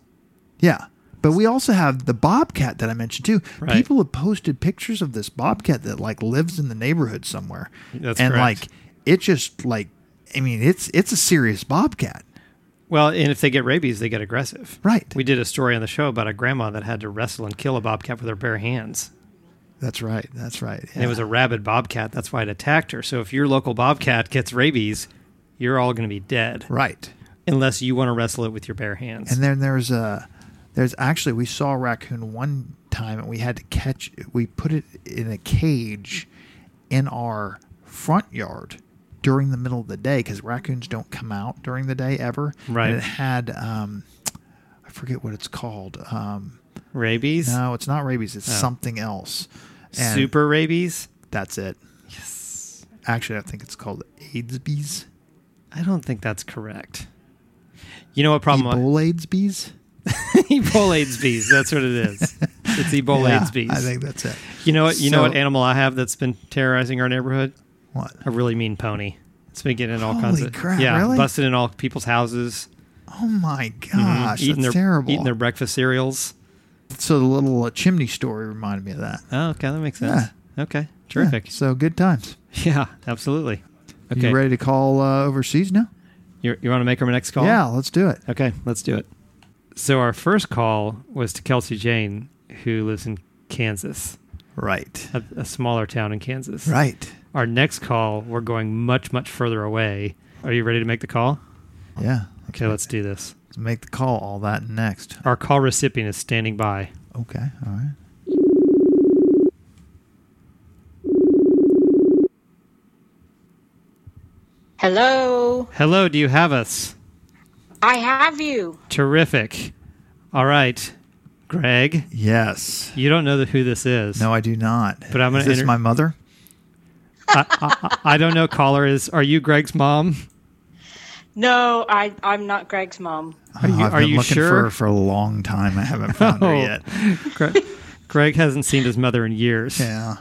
Speaker 2: Yeah. But we also have the bobcat that I mentioned too.
Speaker 1: Right.
Speaker 2: People have posted pictures of this bobcat that like lives in the neighborhood somewhere.
Speaker 1: That's
Speaker 2: and
Speaker 1: correct.
Speaker 2: like it just like I mean it's it's a serious bobcat.
Speaker 1: Well, and if they get rabies, they get aggressive.
Speaker 2: Right.
Speaker 1: We did a story on the show about a grandma that had to wrestle and kill a bobcat with her bare hands.
Speaker 2: That's right. That's right.
Speaker 1: And it was a rabid bobcat. That's why it attacked her. So if your local bobcat gets rabies, you're all going to be dead
Speaker 2: right.
Speaker 1: unless you want to wrestle it with your bare hands.
Speaker 2: And then there's a there's actually we saw a raccoon one time and we had to catch we put it in a cage in our front yard during the middle of the day because raccoons don't come out during the day ever.
Speaker 1: Right.
Speaker 2: And it had um, I forget what it's called. Um,
Speaker 1: rabies?
Speaker 2: no, it's not rabies. It's something else. And
Speaker 1: Oh. Super rabies?
Speaker 2: That's it.
Speaker 1: Yes.
Speaker 2: Actually, I think it's called AIDSbees.
Speaker 1: I don't think that's correct. You know what problem?
Speaker 2: Ebola AIDSbees.
Speaker 1: Ebola AIDS bees. That's what it is. It's Ebola
Speaker 2: Yeah,
Speaker 1: AIDS bees.
Speaker 2: I think that's it.
Speaker 1: you know what? You know
Speaker 2: so-
Speaker 1: what animal I have that's been terrorizing our neighborhood?
Speaker 2: What?
Speaker 1: a really mean pony. It's been getting in all
Speaker 2: Holy
Speaker 1: kinds of
Speaker 2: crap,
Speaker 1: yeah,
Speaker 2: really?
Speaker 1: busted in all people's houses,
Speaker 2: Oh my gosh,
Speaker 1: mhm,
Speaker 2: that's
Speaker 1: eating their
Speaker 2: terrible.
Speaker 1: eating their breakfast cereals.
Speaker 2: So the little uh, chimney story reminded me of that.
Speaker 1: Oh, okay, that makes sense. Okay,
Speaker 2: Yeah,
Speaker 1: terrific.
Speaker 2: so good times.
Speaker 1: Yeah, absolutely. Okay,
Speaker 2: You ready to call uh, overseas now?
Speaker 1: You- you want to make our next call?
Speaker 2: Yeah, let's do it.
Speaker 1: Okay, let's do it. So our first call was to Kelsey Jane, who lives in Kansas,
Speaker 2: Right.
Speaker 1: a, a smaller town in Kansas.
Speaker 2: Right.
Speaker 1: Our next call, we're going much much further away. Are you ready to make the call?
Speaker 2: Yeah.
Speaker 1: Okay, let's do this.
Speaker 2: Let's make the call. All that next.
Speaker 1: Our call recipient is standing by.
Speaker 2: Okay. All right.
Speaker 4: Hello,
Speaker 1: Hello, do you have us?
Speaker 4: I have you.
Speaker 1: Terrific. All right, Greg,
Speaker 2: Yes.
Speaker 1: you don't know the, who this is.
Speaker 2: No, I do not.
Speaker 1: But I'm gonna
Speaker 2: Is this
Speaker 1: inter-
Speaker 2: my mother?
Speaker 1: I don't know. Caller is. Are you Greg's mom?
Speaker 4: No, I I'm not Greg's mom.
Speaker 1: you-
Speaker 2: I've
Speaker 1: are
Speaker 2: been
Speaker 1: you
Speaker 2: looking
Speaker 1: sure?
Speaker 2: for her for a long time. I haven't found her
Speaker 1: Oh.
Speaker 2: yet.
Speaker 1: Greg, Greg hasn't seen his mother in years.
Speaker 2: Yeah.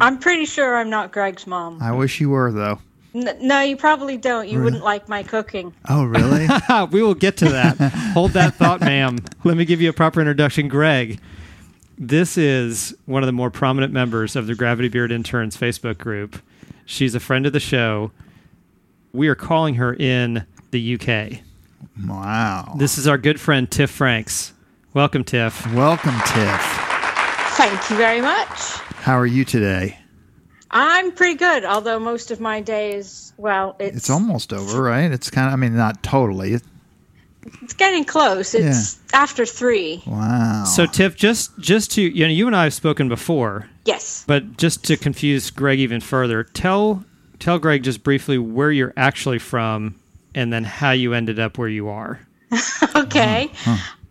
Speaker 4: I'm pretty sure I'm not Greg's mom.
Speaker 2: I wish you were though.
Speaker 4: N- no, you probably don't. You wouldn't like my cooking.
Speaker 2: Oh, really?
Speaker 1: Ah, we will get to that. Hold that thought, ma'am. Let me give you a proper introduction, Greg. This is one of the more prominent members of the Gravity Beard Interns Facebook group. She's a friend of the show. We are calling her in the UK.
Speaker 2: wow.
Speaker 1: This is our good friend Tiff Franks. Welcome, Tiff.
Speaker 2: Welcome, Tiff.
Speaker 4: Thank you very much.
Speaker 2: How are you today?
Speaker 4: I'm pretty good, although most of my day is well, it's
Speaker 2: It's almost over, right? It's kind of. I mean, not totally.
Speaker 4: It's getting close. It's after three.
Speaker 2: Wow.
Speaker 1: So, Tiff, just just to you know, you and I have spoken before,
Speaker 4: Yes.
Speaker 1: but just to confuse Greg even further, tell tell Greg just briefly where you're actually from, and then how you ended up where you are.
Speaker 4: Oh, Okay.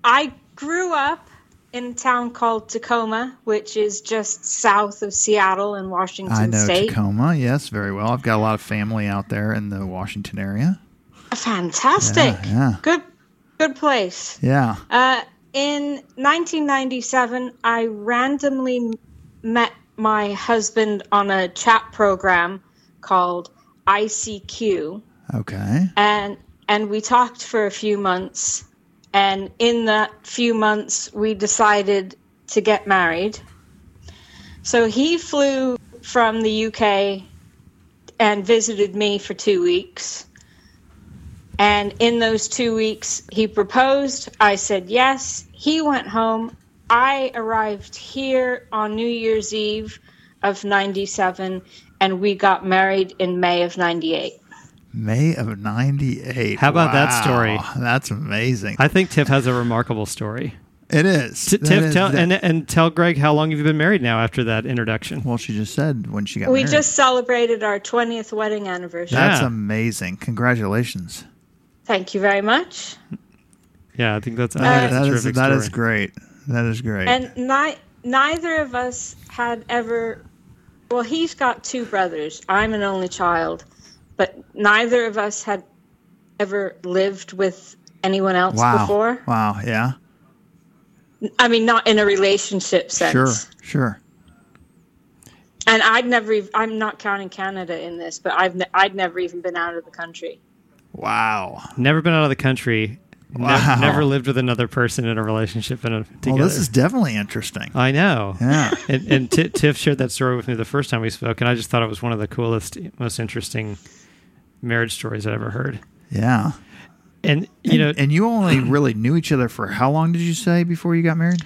Speaker 4: I grew up in a town called Tacoma, which is just south of Seattle in Washington
Speaker 2: I know
Speaker 4: State.
Speaker 2: Tacoma. Yes, very well. I've got a lot of family out there in the Washington area.
Speaker 4: Fantastic.
Speaker 2: Yeah, yeah.
Speaker 4: Good good place.
Speaker 2: Yeah.
Speaker 4: Uh, in 1997, I randomly m- met my husband on a chat program called ICQ,
Speaker 2: Okay.
Speaker 4: and and we talked for a few months. And in that few months, we decided to get married. So he flew from the UK and visited me for two weeks. And in those two weeks, he proposed. I said yes. He went home. I arrived here on New Year's Eve of 97, and we got married in May of 98.
Speaker 2: May of 98.
Speaker 1: How about that
Speaker 2: Wow.
Speaker 1: story?
Speaker 2: That's amazing.
Speaker 1: I think Tiff has a remarkable story.
Speaker 2: it is.
Speaker 1: T-
Speaker 2: That
Speaker 1: Tiff,
Speaker 2: is-
Speaker 1: tell
Speaker 2: that-
Speaker 1: and and tell Greg how long have you been married now after that introduction?
Speaker 2: well, she just said when she got
Speaker 4: We
Speaker 2: married.
Speaker 4: just celebrated our 20th wedding anniversary.
Speaker 1: That-
Speaker 2: That's
Speaker 1: Yeah.
Speaker 2: amazing. Congratulations.
Speaker 4: Thank you very much.
Speaker 1: Oh, Yeah, I think that's, I think
Speaker 4: Uh,
Speaker 1: that's a
Speaker 2: that is
Speaker 1: terrific
Speaker 2: that
Speaker 1: story.
Speaker 2: is great. That is great.
Speaker 4: And ni- neither of us had ever. Well, he's got two brothers. I'm an only child, but neither of us had ever lived with anyone else
Speaker 2: wow.
Speaker 4: before.
Speaker 2: Wow. Yeah.
Speaker 4: I mean, not in a relationship sense.
Speaker 2: Sure. Sure.
Speaker 4: And I'd never. ev- I'm not counting Canada in this, but I've. Ne- I'd never even been out of the country.
Speaker 2: Wow.
Speaker 1: Never been out of the country. ne-
Speaker 2: Wow.
Speaker 1: never lived with another person in a relationship and a, together. Uh,
Speaker 2: Well, this is definitely interesting.
Speaker 1: I know.
Speaker 2: Yeah.
Speaker 1: and and Ti Tiff shared that story with me the first time we spoke, and I just thought it was one of the coolest, most interesting marriage stories I'd ever heard.
Speaker 2: Yeah.
Speaker 1: And you know,
Speaker 2: and you only really knew each other for how long did you say before you got married?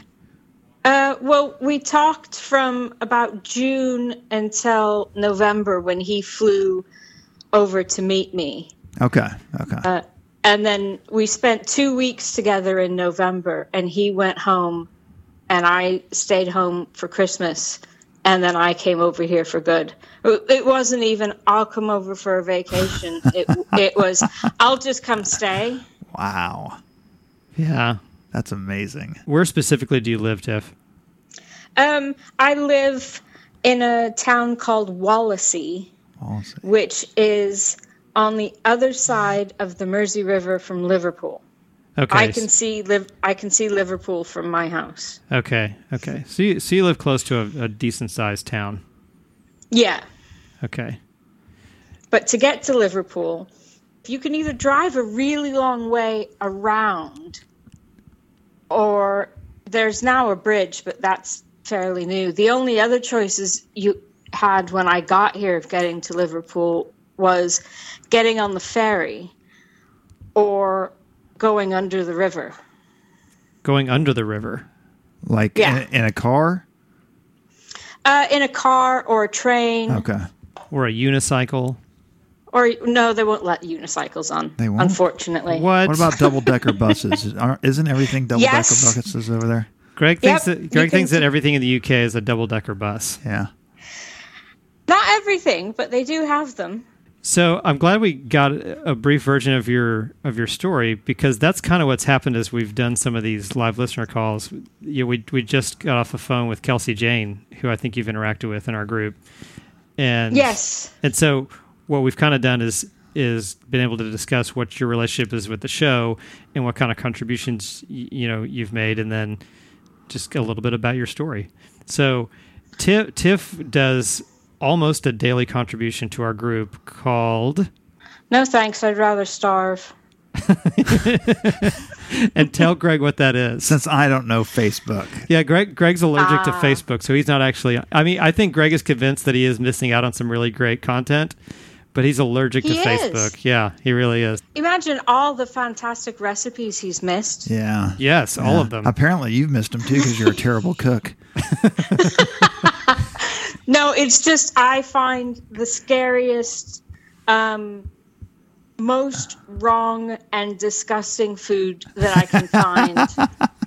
Speaker 4: Uh, well, we talked from about June until November when he flew over to meet me.
Speaker 2: Okay. Okay.
Speaker 4: Uh, and then we spent two weeks together in November, and he went home, and I stayed home for Christmas, and then I came over here for good. It wasn't even I'll come over for a vacation. it it was I'll just come stay.
Speaker 2: wow.
Speaker 1: yeah,
Speaker 2: That's amazing.
Speaker 1: where specifically do you live, Tiff?
Speaker 4: Um, I live in a town called Wallasey,
Speaker 2: Awesome.
Speaker 4: which is on the other side of the Mersey River from Liverpool.
Speaker 1: Okay,
Speaker 4: I can see live I can see Liverpool from my house.
Speaker 1: okay, okay. So you, so you live close to a, a decent sized town.
Speaker 4: Yeah.
Speaker 1: Okay,
Speaker 4: But to get to Liverpool, you can either drive a really long way around, or there's now a bridge, but that's fairly new. The only other choices you had when I got here of getting to Liverpool was getting on the ferry or going under the river.
Speaker 1: going under the river.
Speaker 2: Like
Speaker 4: Yeah.
Speaker 2: in, in a car?
Speaker 4: Uh, in a car or a train,
Speaker 2: Okay.
Speaker 1: Or a unicycle.
Speaker 4: or no, they won't let unicycles on.
Speaker 2: Oh. They won't?
Speaker 4: unfortunately.
Speaker 1: What?
Speaker 2: What about double decker buses? Aren't- Isn't everything double decker
Speaker 4: Yes.
Speaker 2: buses over there?
Speaker 1: Greg thinks
Speaker 4: Yep,
Speaker 1: that
Speaker 4: you
Speaker 1: Greg
Speaker 4: can
Speaker 1: thinks that
Speaker 4: see-
Speaker 1: everything in the UK is a double decker bus.
Speaker 2: Yeah.
Speaker 4: Not everything, but they do have them.
Speaker 1: So I'm glad we got a brief version of your of your story because that's kind of what's happened as we've done some of these live listener calls. You know, we we just got off the phone with Kelsey Jane, who I think you've interacted with in our group, and
Speaker 4: Yes.
Speaker 1: and so what we've kind of done is is been able to discuss what your relationship is with the show and what kind of contributions y- you know you've made, and then just a little bit about your story. So, Tiff, Tiff does almost a daily contribution to our group called
Speaker 4: No thanks, I'd rather starve.
Speaker 1: and tell Greg what that is.
Speaker 2: Since I don't know Facebook.
Speaker 1: Yeah, Greg Greg's allergic to
Speaker 4: Ah.
Speaker 1: Facebook, so he's not actually I mean, I think Greg is convinced that he is missing out on some really great content, but he's allergic to
Speaker 4: He is.
Speaker 1: Facebook. Yeah, he really is.
Speaker 4: Imagine all the fantastic recipes he's missed.
Speaker 2: Yeah.
Speaker 1: Yes, all of them.
Speaker 2: Apparently you've missed them too because you're a terrible cook.
Speaker 4: No, it's just I find the scariest um, most wrong and disgusting food that I can find.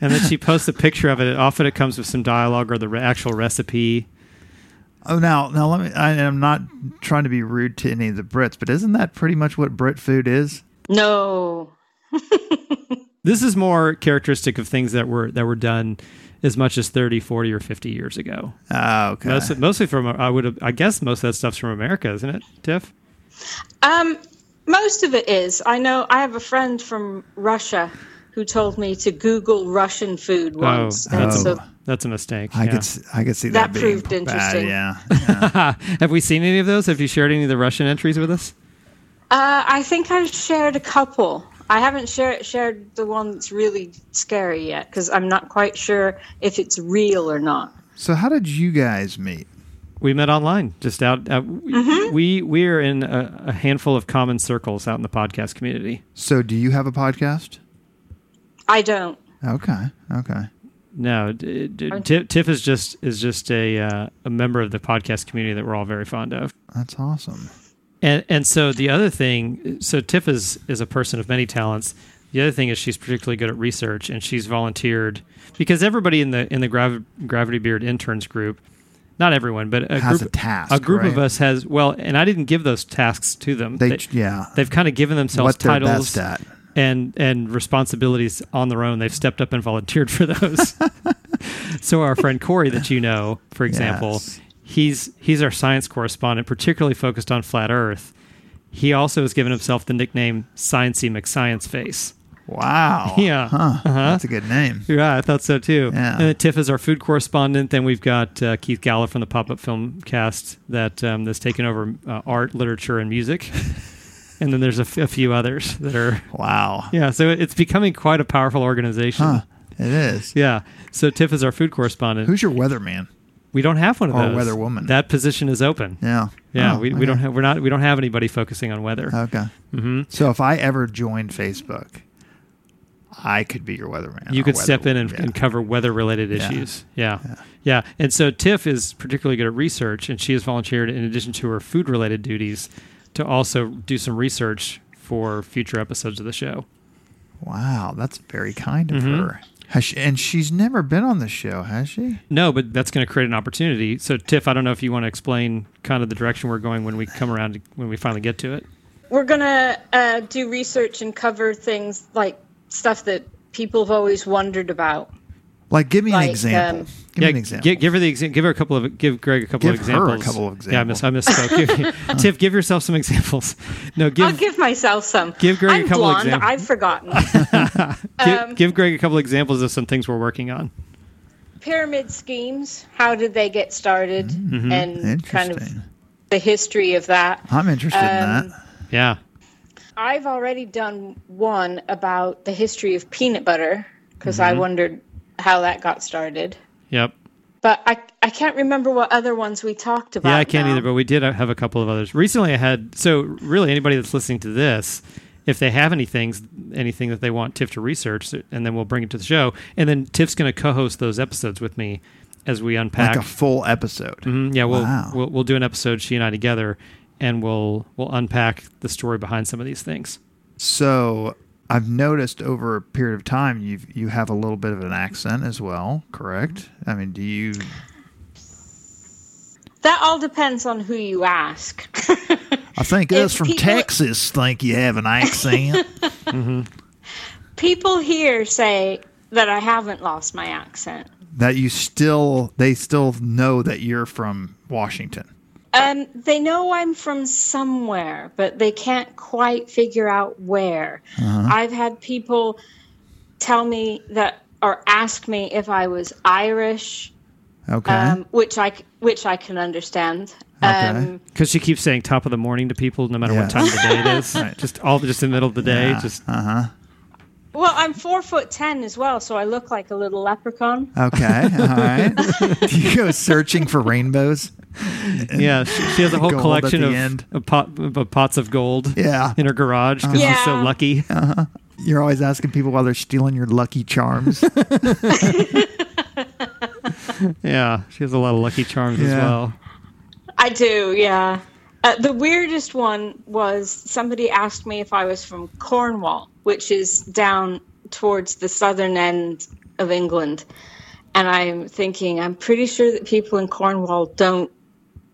Speaker 1: And then she posts a picture of it. Often it comes with some dialogue or the re- actual recipe.
Speaker 2: Oh, now, now let me. I am not trying to be rude to any of the Brits, but isn't that pretty much what Brit food is?
Speaker 4: no.
Speaker 1: This is more characteristic of things that were that were done as much as 30, 40, or 50 years ago.
Speaker 2: Oh, okay.
Speaker 1: Most, mostly from I would I guess most of that stuff's from America, isn't it, Tiff?
Speaker 4: Um, most of it is. I know I have a friend from Russia who told me to Google Russian food once. uh, and
Speaker 1: Oh, that's,
Speaker 4: so
Speaker 1: a, that's a mistake.
Speaker 2: I
Speaker 1: yeah.
Speaker 2: could s- I could see
Speaker 4: That
Speaker 2: that, being
Speaker 4: proved interesting.
Speaker 2: Bad,
Speaker 1: Have we seen any of those? Have you shared any of the Russian entries with us?
Speaker 4: uh, I think I've shared a couple. I haven't share, shared the one that's really scary yet because I'm not quite sure if it's real or not.
Speaker 2: yeah. So how did you guys meet?
Speaker 1: We met online, just out. Uh, We we are in a, a handful of common circles out in the podcast community.
Speaker 2: So do you have a podcast?
Speaker 4: I don't.
Speaker 2: Okay. Okay.
Speaker 1: No, d- d- Tiff, Tiff is just is just a uh, a member of the podcast community that we're all very fond of.
Speaker 2: That's awesome.
Speaker 1: And and so the other thing, so Tiff is is a person of many talents. The other thing is she's particularly good at research, and she's volunteered because everybody in the in the grav, Gravity Beard interns group, not everyone, but a
Speaker 2: Has
Speaker 1: group,
Speaker 2: a task,
Speaker 1: a group of
Speaker 2: right?
Speaker 1: us has well, and I didn't give those tasks to them.
Speaker 2: They, yeah.
Speaker 1: they've kind of given themselves
Speaker 2: What they're
Speaker 1: titles
Speaker 2: best at.
Speaker 1: and and responsibilities on their own. They've stepped up and volunteered for those. so our friend Corey, that you know, for example,
Speaker 2: Yes.
Speaker 1: he's he's our science correspondent, particularly focused on flat Earth. He also has given himself the nickname Sciencey McScience Face.
Speaker 2: Wow.
Speaker 1: Yeah.
Speaker 2: Oh,
Speaker 1: Uh-huh.
Speaker 2: Huh. That's a good name.
Speaker 1: Yeah, I thought so too.
Speaker 2: Yeah.
Speaker 1: And then Tiff is our food correspondent. Then we've got uh, Keith Galla from the Pop Up Film Cast that um, that's taken over uh, art, literature, and music. and then there's a, f- a few others that are
Speaker 2: Wow.
Speaker 1: yeah. So it's becoming quite a powerful organization.
Speaker 2: Huh. It is.
Speaker 1: Yeah. So Tiff is our food correspondent.
Speaker 2: Who's your weatherman?
Speaker 1: we don't have one of
Speaker 2: Or
Speaker 1: those.
Speaker 2: weather woman.
Speaker 1: That position is open.
Speaker 2: Yeah.
Speaker 1: Yeah,
Speaker 2: Oh,
Speaker 1: we, we
Speaker 2: okay.
Speaker 1: don't have we're not we don't have anybody focusing on weather.
Speaker 2: Okay. Mm-hmm. So if I ever joined Facebook, I could be your weatherman.
Speaker 1: you
Speaker 2: or
Speaker 1: could
Speaker 2: weather-
Speaker 1: step in and,
Speaker 2: yeah.
Speaker 1: and cover weather related
Speaker 2: Yeah.
Speaker 1: issues. Yeah. yeah. And so Tiff is particularly good at research and she has volunteered in addition to her food related duties to also do some research for future episodes of the show.
Speaker 2: Wow, that's very kind of
Speaker 1: Mm-hmm.
Speaker 2: her. Has she, and she's never been on the show, has she?
Speaker 1: No, but that's going to create an opportunity. So Tiff, I don't know if you want to explain kind of the direction we're going when we come around to, when we finally get to it.
Speaker 4: We're gonna uh, do research and cover things like stuff that people have always wondered about.
Speaker 2: Like, give me
Speaker 4: Like,
Speaker 2: an example.
Speaker 4: um,
Speaker 2: give me an example.
Speaker 1: gi- give her the exa- give her a couple of give Greg a couple of
Speaker 2: Give her a
Speaker 1: examples.
Speaker 2: couple of
Speaker 1: Yeah, I miss I misspoke. Give- Tiff, give yourself some examples. No, give
Speaker 4: I'll give myself some.
Speaker 1: give Greg a
Speaker 4: I'm
Speaker 1: couple
Speaker 4: blonde.
Speaker 1: examples.
Speaker 4: I've forgotten
Speaker 1: Give,
Speaker 4: um,
Speaker 1: give Greg a couple examples of some things we're working on.
Speaker 4: pyramid schemes. How did they get started?
Speaker 1: Mm-hmm.
Speaker 4: And kind
Speaker 2: Interesting.
Speaker 4: of the history of that.
Speaker 2: I'm interested in that.
Speaker 1: Yeah.
Speaker 4: I've already done one about the history of peanut butter because
Speaker 1: Mm-hmm.
Speaker 4: I wondered how that got started.
Speaker 1: Yep.
Speaker 4: But I, I can't remember what other ones we talked about.
Speaker 1: Yeah, I can't
Speaker 4: now.
Speaker 1: either, but we did have a couple of others. Recently I had so really anybody that's listening to this, if they have any things anything that they want Tiff to research and then we'll bring it to the show and then Tiff's going to co-host those episodes with me as we unpack
Speaker 2: Like a full episode.
Speaker 1: Mm, Yeah, we'll,
Speaker 2: Wow.
Speaker 1: we'll we'll do an episode she and I together, and we'll we'll unpack the story behind some of these things.
Speaker 2: So I've noticed over a period of time, you have you have a little bit of an accent as well, correct? I mean, do you?
Speaker 4: That all depends on who you ask.
Speaker 2: I think
Speaker 4: If
Speaker 2: us from
Speaker 4: people-
Speaker 2: Texas think you have an accent.
Speaker 4: People here say that I haven't lost my accent.
Speaker 2: that you still, they still know that you're from Washington.
Speaker 4: Um, they know I'm from somewhere, but they can't quite figure out where. I've had people tell me that or ask me if I was Irish,
Speaker 2: Okay.
Speaker 4: um, which I c- which I can understand. Um,
Speaker 1: Because she keeps saying top of the morning to people, no matter
Speaker 2: Yeah.
Speaker 1: what time of the day it is. Just all just in the middle of the day. Just
Speaker 4: well, I'm four foot ten as well, so I look like a little leprechaun.
Speaker 2: Okay. All right. Do you go searching for rainbows?
Speaker 1: yeah, she, she has a whole
Speaker 2: Gold at
Speaker 1: collection
Speaker 2: the
Speaker 1: of,
Speaker 2: end.
Speaker 1: of, pot, of pots of gold.
Speaker 2: Yeah.
Speaker 1: in her garage because she's so
Speaker 4: Uh-huh. Yeah.
Speaker 1: lucky.
Speaker 2: You're always asking people while they're stealing your lucky charms.
Speaker 1: Yeah, she has a lot of lucky charms as
Speaker 2: Yeah.
Speaker 1: well.
Speaker 4: I do, yeah. Uh, the weirdest one was somebody asked me if I was from Cornwall, which is down towards the southern end of England. And I'm thinking, I'm pretty sure that people in Cornwall don't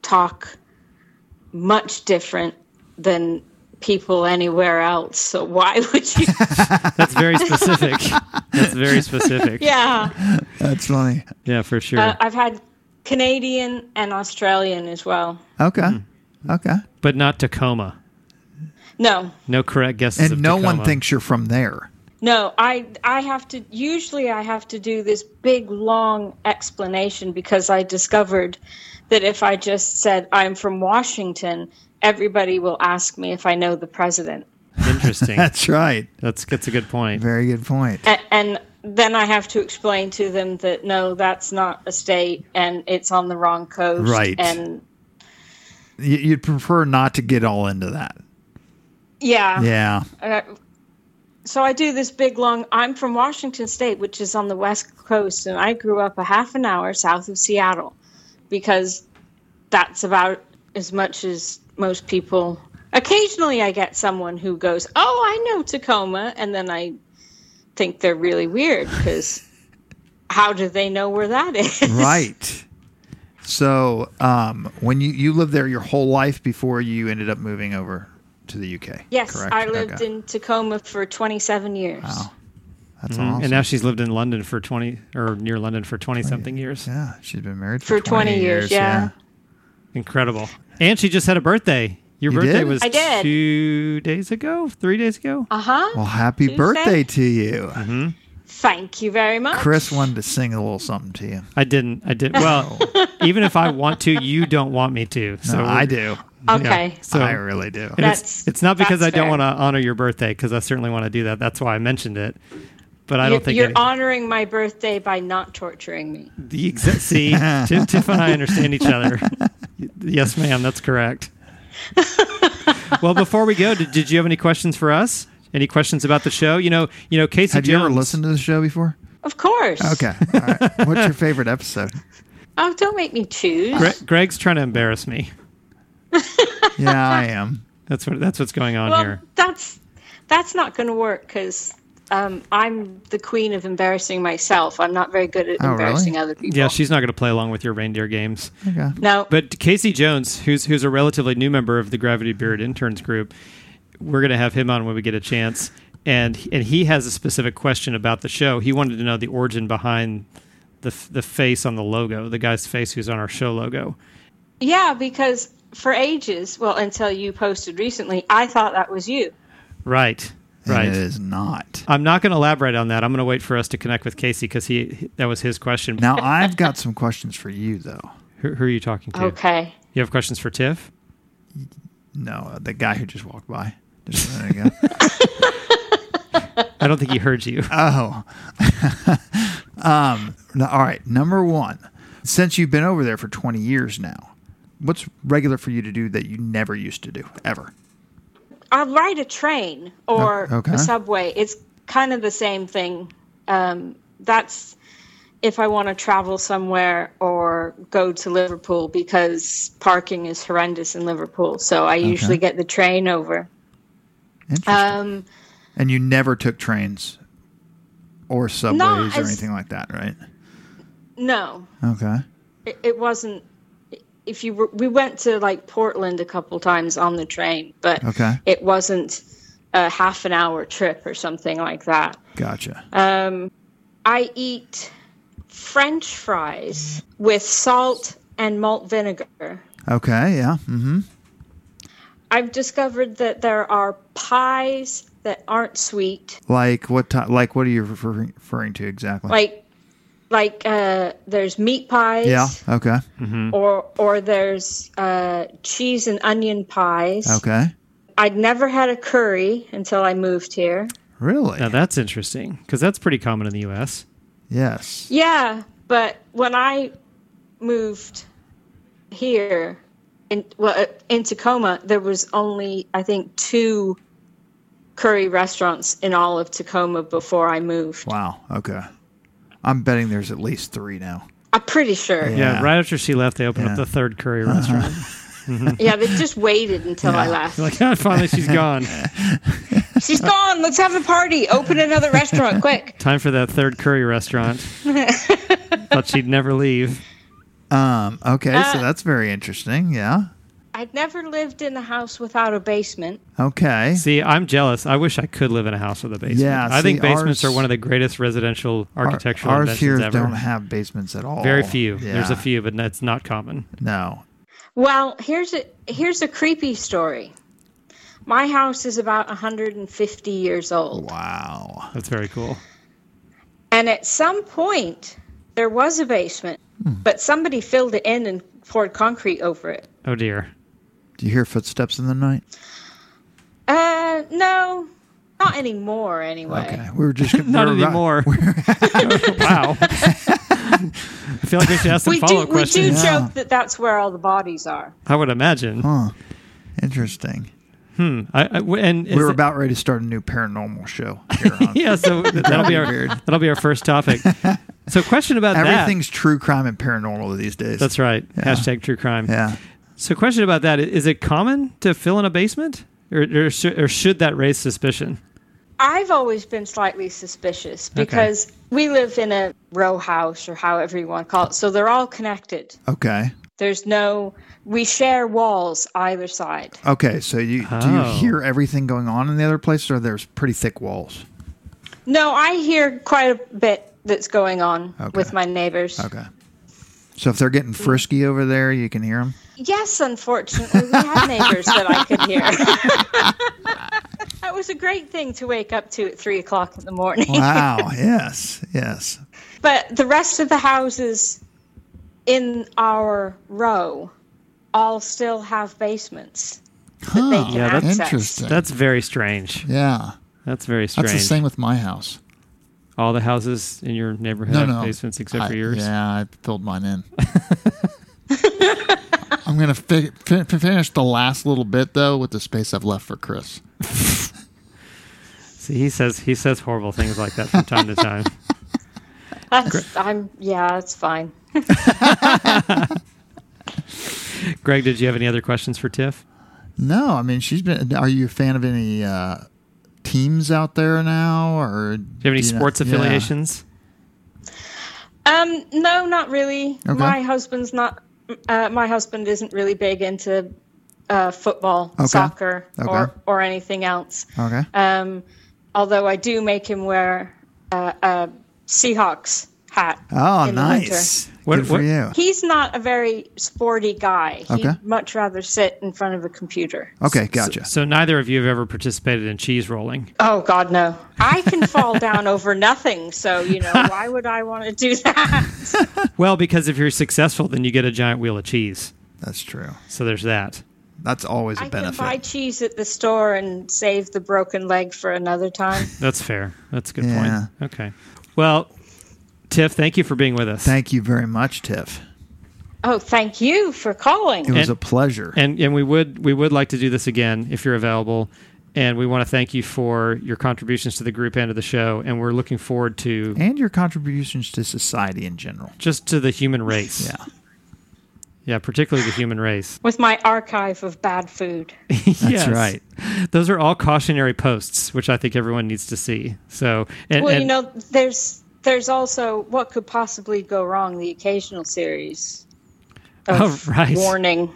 Speaker 4: talk much different than people anywhere else. So why would you?
Speaker 1: That's very specific. That's very specific.
Speaker 4: yeah.
Speaker 2: That's funny.
Speaker 1: Yeah, for sure.
Speaker 4: Uh, I've had Canadian and Australian as well.
Speaker 2: Okay. Okay.
Speaker 1: but not Tacoma.
Speaker 4: No,
Speaker 1: No correct guesses.
Speaker 2: And
Speaker 1: of
Speaker 2: no one
Speaker 1: Tacoma.
Speaker 2: thinks you're from there.
Speaker 4: No, I I have to usually I have to do this big long explanation because I discovered that if I just said I'm from Washington, everybody will ask me if I know the president.
Speaker 1: Interesting.
Speaker 2: That's right.
Speaker 1: that's that's a good point.
Speaker 2: Very good point.
Speaker 4: A- and then I have to explain to them that no, that's not a state and it's on the wrong coast
Speaker 2: Right.
Speaker 4: and
Speaker 2: Y- You'd prefer not to get all into that.
Speaker 4: yeah.
Speaker 2: Yeah.
Speaker 4: Uh, so I do this big long. I'm from Washington State, which is on the west coast, and I grew up a half an hour south of Seattle, because that's about as much as most people. Occasionally, I get someone who goes, "Oh, I know Tacoma," and then I think they're really weird because how do they know where that is?
Speaker 2: Right. So, um, when you, you lived there your whole life before you ended up moving over to the UK.
Speaker 4: Yes,
Speaker 2: correct?
Speaker 4: I lived
Speaker 2: Okay.
Speaker 4: in Tacoma for 27 years.
Speaker 2: Wow. That's awesome.
Speaker 1: Mm-hmm. And now she's lived in London for twenty or near London for twenty something years.
Speaker 2: yeah, she's been married
Speaker 4: For 20 years, yeah.
Speaker 1: Incredible. And she just had a birthday. Your
Speaker 2: You
Speaker 1: birthday
Speaker 2: did?
Speaker 1: was
Speaker 4: I did.
Speaker 1: two days ago, three days ago.
Speaker 4: Uh huh.
Speaker 2: Well, happy
Speaker 4: Tuesday.
Speaker 2: birthday to you.
Speaker 1: Mm-hmm.
Speaker 4: Thank you very much.
Speaker 2: Chris wanted to sing a little something to you.
Speaker 1: I didn't. I did. Well, even if I want to, you don't want me to. So
Speaker 2: No, I do.
Speaker 1: yeah.
Speaker 4: Okay.
Speaker 1: So
Speaker 2: I really do.
Speaker 1: and it's,
Speaker 4: That's-
Speaker 1: it's not because I
Speaker 4: that's
Speaker 1: don't
Speaker 4: fair.
Speaker 1: want to honor your birthday because I certainly want to do that. That's why I mentioned it. But I
Speaker 4: You're,
Speaker 1: don't think
Speaker 4: you're
Speaker 1: any-
Speaker 4: honoring my birthday by not torturing me.
Speaker 1: the exact. See, Tiff, Tiff and I understand each other. yes, ma'am. That's correct. well, before we go, did, did you have any questions for us? Any questions about the show? You know, you know, Casey.
Speaker 2: Have you ever
Speaker 1: Jones-
Speaker 2: listened to the show before?
Speaker 4: Of course.
Speaker 2: Okay. All right. What's your favorite episode?
Speaker 4: Oh, don't make me choose.
Speaker 1: Gre- Greg's trying to embarrass me.
Speaker 2: Yeah, I am.
Speaker 1: That's what that's what's going on
Speaker 4: well,
Speaker 1: here.
Speaker 4: that's that's not going to work because um, I'm the queen of embarrassing myself. I'm not very good at
Speaker 2: Oh, really?
Speaker 4: embarrassing other people.
Speaker 1: Yeah, she's not going to play along with your reindeer games.
Speaker 2: Okay.
Speaker 4: no.
Speaker 1: But Casey Jones, who's who's a relatively new member of the Gravity Beard Interns group, we're going to have him on when we get a chance. And and he has a specific question about the show. He wanted to know the origin behind the f- the face on the logo, the guy's face who's on our show logo.
Speaker 4: yeah, because for ages, well, until you posted recently, I thought that was you.
Speaker 1: Right.
Speaker 2: And
Speaker 1: Right.
Speaker 2: It is not.
Speaker 1: I'm not going to elaborate on that. I'm going to wait for us to connect with Casey because he that was his question.
Speaker 2: Now, I've got some questions for you, though.
Speaker 1: Who, who are you talking to?
Speaker 4: Okay.
Speaker 1: You have questions for Tiff?
Speaker 2: No, uh, the guy who just walked by just a minute ago.
Speaker 1: I don't think he heard you.
Speaker 2: oh. um, no, all right. Number one, since you've been over there for 20 years now, what's regular for you to do that you never used to do ever?
Speaker 4: I'll ride a train or
Speaker 2: O- okay.
Speaker 4: a subway. It's kind of the same thing. Um, that's if I want to travel somewhere or go to Liverpool because parking is horrendous in Liverpool. So I usually get the train over.
Speaker 2: Interesting.
Speaker 4: Um,
Speaker 2: and you never took trains or subways or
Speaker 4: as-
Speaker 2: anything like that, right?
Speaker 4: no,
Speaker 2: Okay.
Speaker 4: it, it wasn't. If you were, we went to like Portland a couple times on the train, but
Speaker 2: Okay.
Speaker 4: it wasn't a half an hour trip or something like that.
Speaker 2: Gotcha.
Speaker 4: Uh, I eat French fries with salt and malt vinegar.
Speaker 2: okay. Yeah. hmm
Speaker 4: I've discovered that there are pies that aren't sweet,
Speaker 2: Like what? Ty- like what are you referring, referring to exactly?
Speaker 4: like like uh, there's meat pies,
Speaker 2: yeah. Okay.
Speaker 4: or or there's uh, cheese and onion pies.
Speaker 2: Okay.
Speaker 4: I'd never had a curry until I moved here.
Speaker 2: Really?
Speaker 1: Now that's interesting because that's pretty common in the U.S.
Speaker 2: yes.
Speaker 4: Yeah, but when I moved here in well uh, in Tacoma, there was only I think two curry restaurants in all of Tacoma before I moved.
Speaker 2: Wow. Okay. I'm betting there's at least three now.
Speaker 4: I'm pretty sure.
Speaker 1: Yeah,
Speaker 2: Yeah.
Speaker 1: right after she left, they opened
Speaker 2: Yeah. Uh-huh.
Speaker 1: up the third curry restaurant.
Speaker 4: yeah, they just waited until I left.
Speaker 1: Like, "Ah, finally, she's gone.
Speaker 4: She's gone. Let's have a party. Open another restaurant, quick.
Speaker 1: Time for that third curry restaurant. Thought she'd never leave.
Speaker 2: Um, okay, so
Speaker 4: Uh,
Speaker 2: that's very interesting. Yeah.
Speaker 4: I'd never lived in a house without a basement.
Speaker 2: Okay.
Speaker 1: See, I'm jealous. I wish I could live in a house with a basement.
Speaker 2: Yeah,
Speaker 1: I think
Speaker 2: see,
Speaker 1: basements
Speaker 2: ours-
Speaker 1: are one of the greatest residential
Speaker 2: Our-
Speaker 1: architectural
Speaker 2: ours here
Speaker 1: inventions ever.
Speaker 2: don't have basements at all.
Speaker 1: Very few.
Speaker 2: Yeah.
Speaker 1: There's a few, but that's not common.
Speaker 2: No.
Speaker 4: Well, here's a here's a creepy story. My house is about 150 years old,
Speaker 2: Wow.
Speaker 1: That's very cool.
Speaker 4: and at some point there was a basement,
Speaker 2: Hmm.
Speaker 4: but somebody filled it in and poured concrete over it.
Speaker 1: Oh dear.
Speaker 2: Do you hear footsteps in the night?
Speaker 4: Uh, no, not anymore. Anyway,
Speaker 2: Okay. We were just
Speaker 1: Not
Speaker 2: we were-
Speaker 1: anymore. wow. I feel like we should ask some
Speaker 4: we do
Speaker 1: follow-up
Speaker 4: we do
Speaker 1: questions.
Speaker 2: Yeah.
Speaker 4: joke that that's where all the bodies are.
Speaker 1: I would imagine.
Speaker 2: Huh. Interesting.
Speaker 1: I, I- w- and is
Speaker 2: we were
Speaker 1: it-
Speaker 2: about ready to start a new paranormal show. Here on.
Speaker 1: yeah, so th- that'll be our
Speaker 2: Weird.
Speaker 1: that'll be our first topic. So, question about
Speaker 2: Everything's true crime and paranormal these days.
Speaker 1: that. That's right. Hashtag true crime.
Speaker 2: Yeah.
Speaker 1: So, question about that: i- Is it common to fill in a basement, or or, sh- or should that raise suspicion?
Speaker 4: I've always been slightly suspicious because we live in a row house or however you want to call it, so they're all connected.
Speaker 2: Okay.
Speaker 4: There's no, we share walls either side.
Speaker 2: Okay. So you do you
Speaker 1: Oh.
Speaker 2: hear everything going on in the other place, or there's pretty thick walls?
Speaker 4: No, I hear quite a bit that's going on
Speaker 2: Okay.
Speaker 4: with my neighbors.
Speaker 2: Okay. So if they're getting frisky over there, you can hear them.
Speaker 4: Yes, unfortunately, we have neighbors that I could hear. that was a great thing to wake up to at three o'clock in the morning.
Speaker 2: Wow. yes. Yes.
Speaker 4: But the rest of the houses in our row all still have basements. that they can
Speaker 1: Yeah, that's-
Speaker 4: access.
Speaker 2: Interesting.
Speaker 1: That's very strange.
Speaker 2: yeah.
Speaker 1: That's very strange.
Speaker 2: That's the same with my house.
Speaker 1: All the houses in your neighborhood
Speaker 2: No,
Speaker 1: have
Speaker 2: no.
Speaker 1: basements except
Speaker 2: I-
Speaker 1: for yours.
Speaker 2: Yeah, I filled mine in. I'm gonna fi- fi- finish the last little bit though with the space I've left for Chris.
Speaker 1: See, he says he says horrible things like that from time to time.
Speaker 4: That's, I'm yeah, that's fine.
Speaker 1: Greg, did you have any other questions for Tiff?
Speaker 2: No, I mean she's been. Are you a fan of any uh, teams out there now, or
Speaker 1: Do
Speaker 2: do
Speaker 1: you have any sports
Speaker 2: yeah.
Speaker 1: affiliations?
Speaker 4: Um, no, not really.
Speaker 2: Okay.
Speaker 4: My husband's not. Uh, my husband isn't really big into uh, football,
Speaker 2: Okay.
Speaker 4: soccer,
Speaker 2: Okay.
Speaker 4: or or anything else.
Speaker 2: Okay.
Speaker 4: Um, although I do make him wear uh, a Seahawks hat.
Speaker 2: Oh,
Speaker 4: in the winter.
Speaker 2: nice.
Speaker 1: What-
Speaker 2: Good for
Speaker 1: what-
Speaker 2: you.
Speaker 4: He's not a very sporty guy. He'd
Speaker 2: Okay.
Speaker 4: much rather sit in front of a computer.
Speaker 2: Okay, gotcha.
Speaker 1: So neither of you have ever participated in cheese rolling.
Speaker 4: Oh God, no! I can fall down over nothing. So you know, why would I want to do that?
Speaker 1: Well, because if you're successful, then you get a giant wheel of cheese.
Speaker 2: That's true.
Speaker 1: So there's that.
Speaker 2: That's always a
Speaker 4: I can
Speaker 2: benefit.
Speaker 4: buy cheese at the store and save the broken leg for another time.
Speaker 1: That's fair. That's a good
Speaker 2: Yeah.
Speaker 1: point. Okay. Well, Tiff, thank you for being with us.
Speaker 2: Thank you very much, Tiff.
Speaker 4: oh, thank you for calling.
Speaker 2: It was
Speaker 1: And-
Speaker 2: a pleasure.
Speaker 1: and and we would we would like to do this again if you're available. And we want to thank you for your contributions to the group and to the show. And we're looking forward to
Speaker 2: and your contributions to society in general.
Speaker 1: just to the human race.
Speaker 2: Yeah.
Speaker 1: Yeah, particularly the human race.
Speaker 4: With my archive of bad food.
Speaker 1: That's
Speaker 2: right.
Speaker 1: Those are all cautionary posts, which I think everyone needs to see. So, and,
Speaker 4: Well,
Speaker 1: and
Speaker 4: you know, there's there's also what could possibly go wrong. The occasional series. Of
Speaker 1: Oh, right.
Speaker 4: Warning.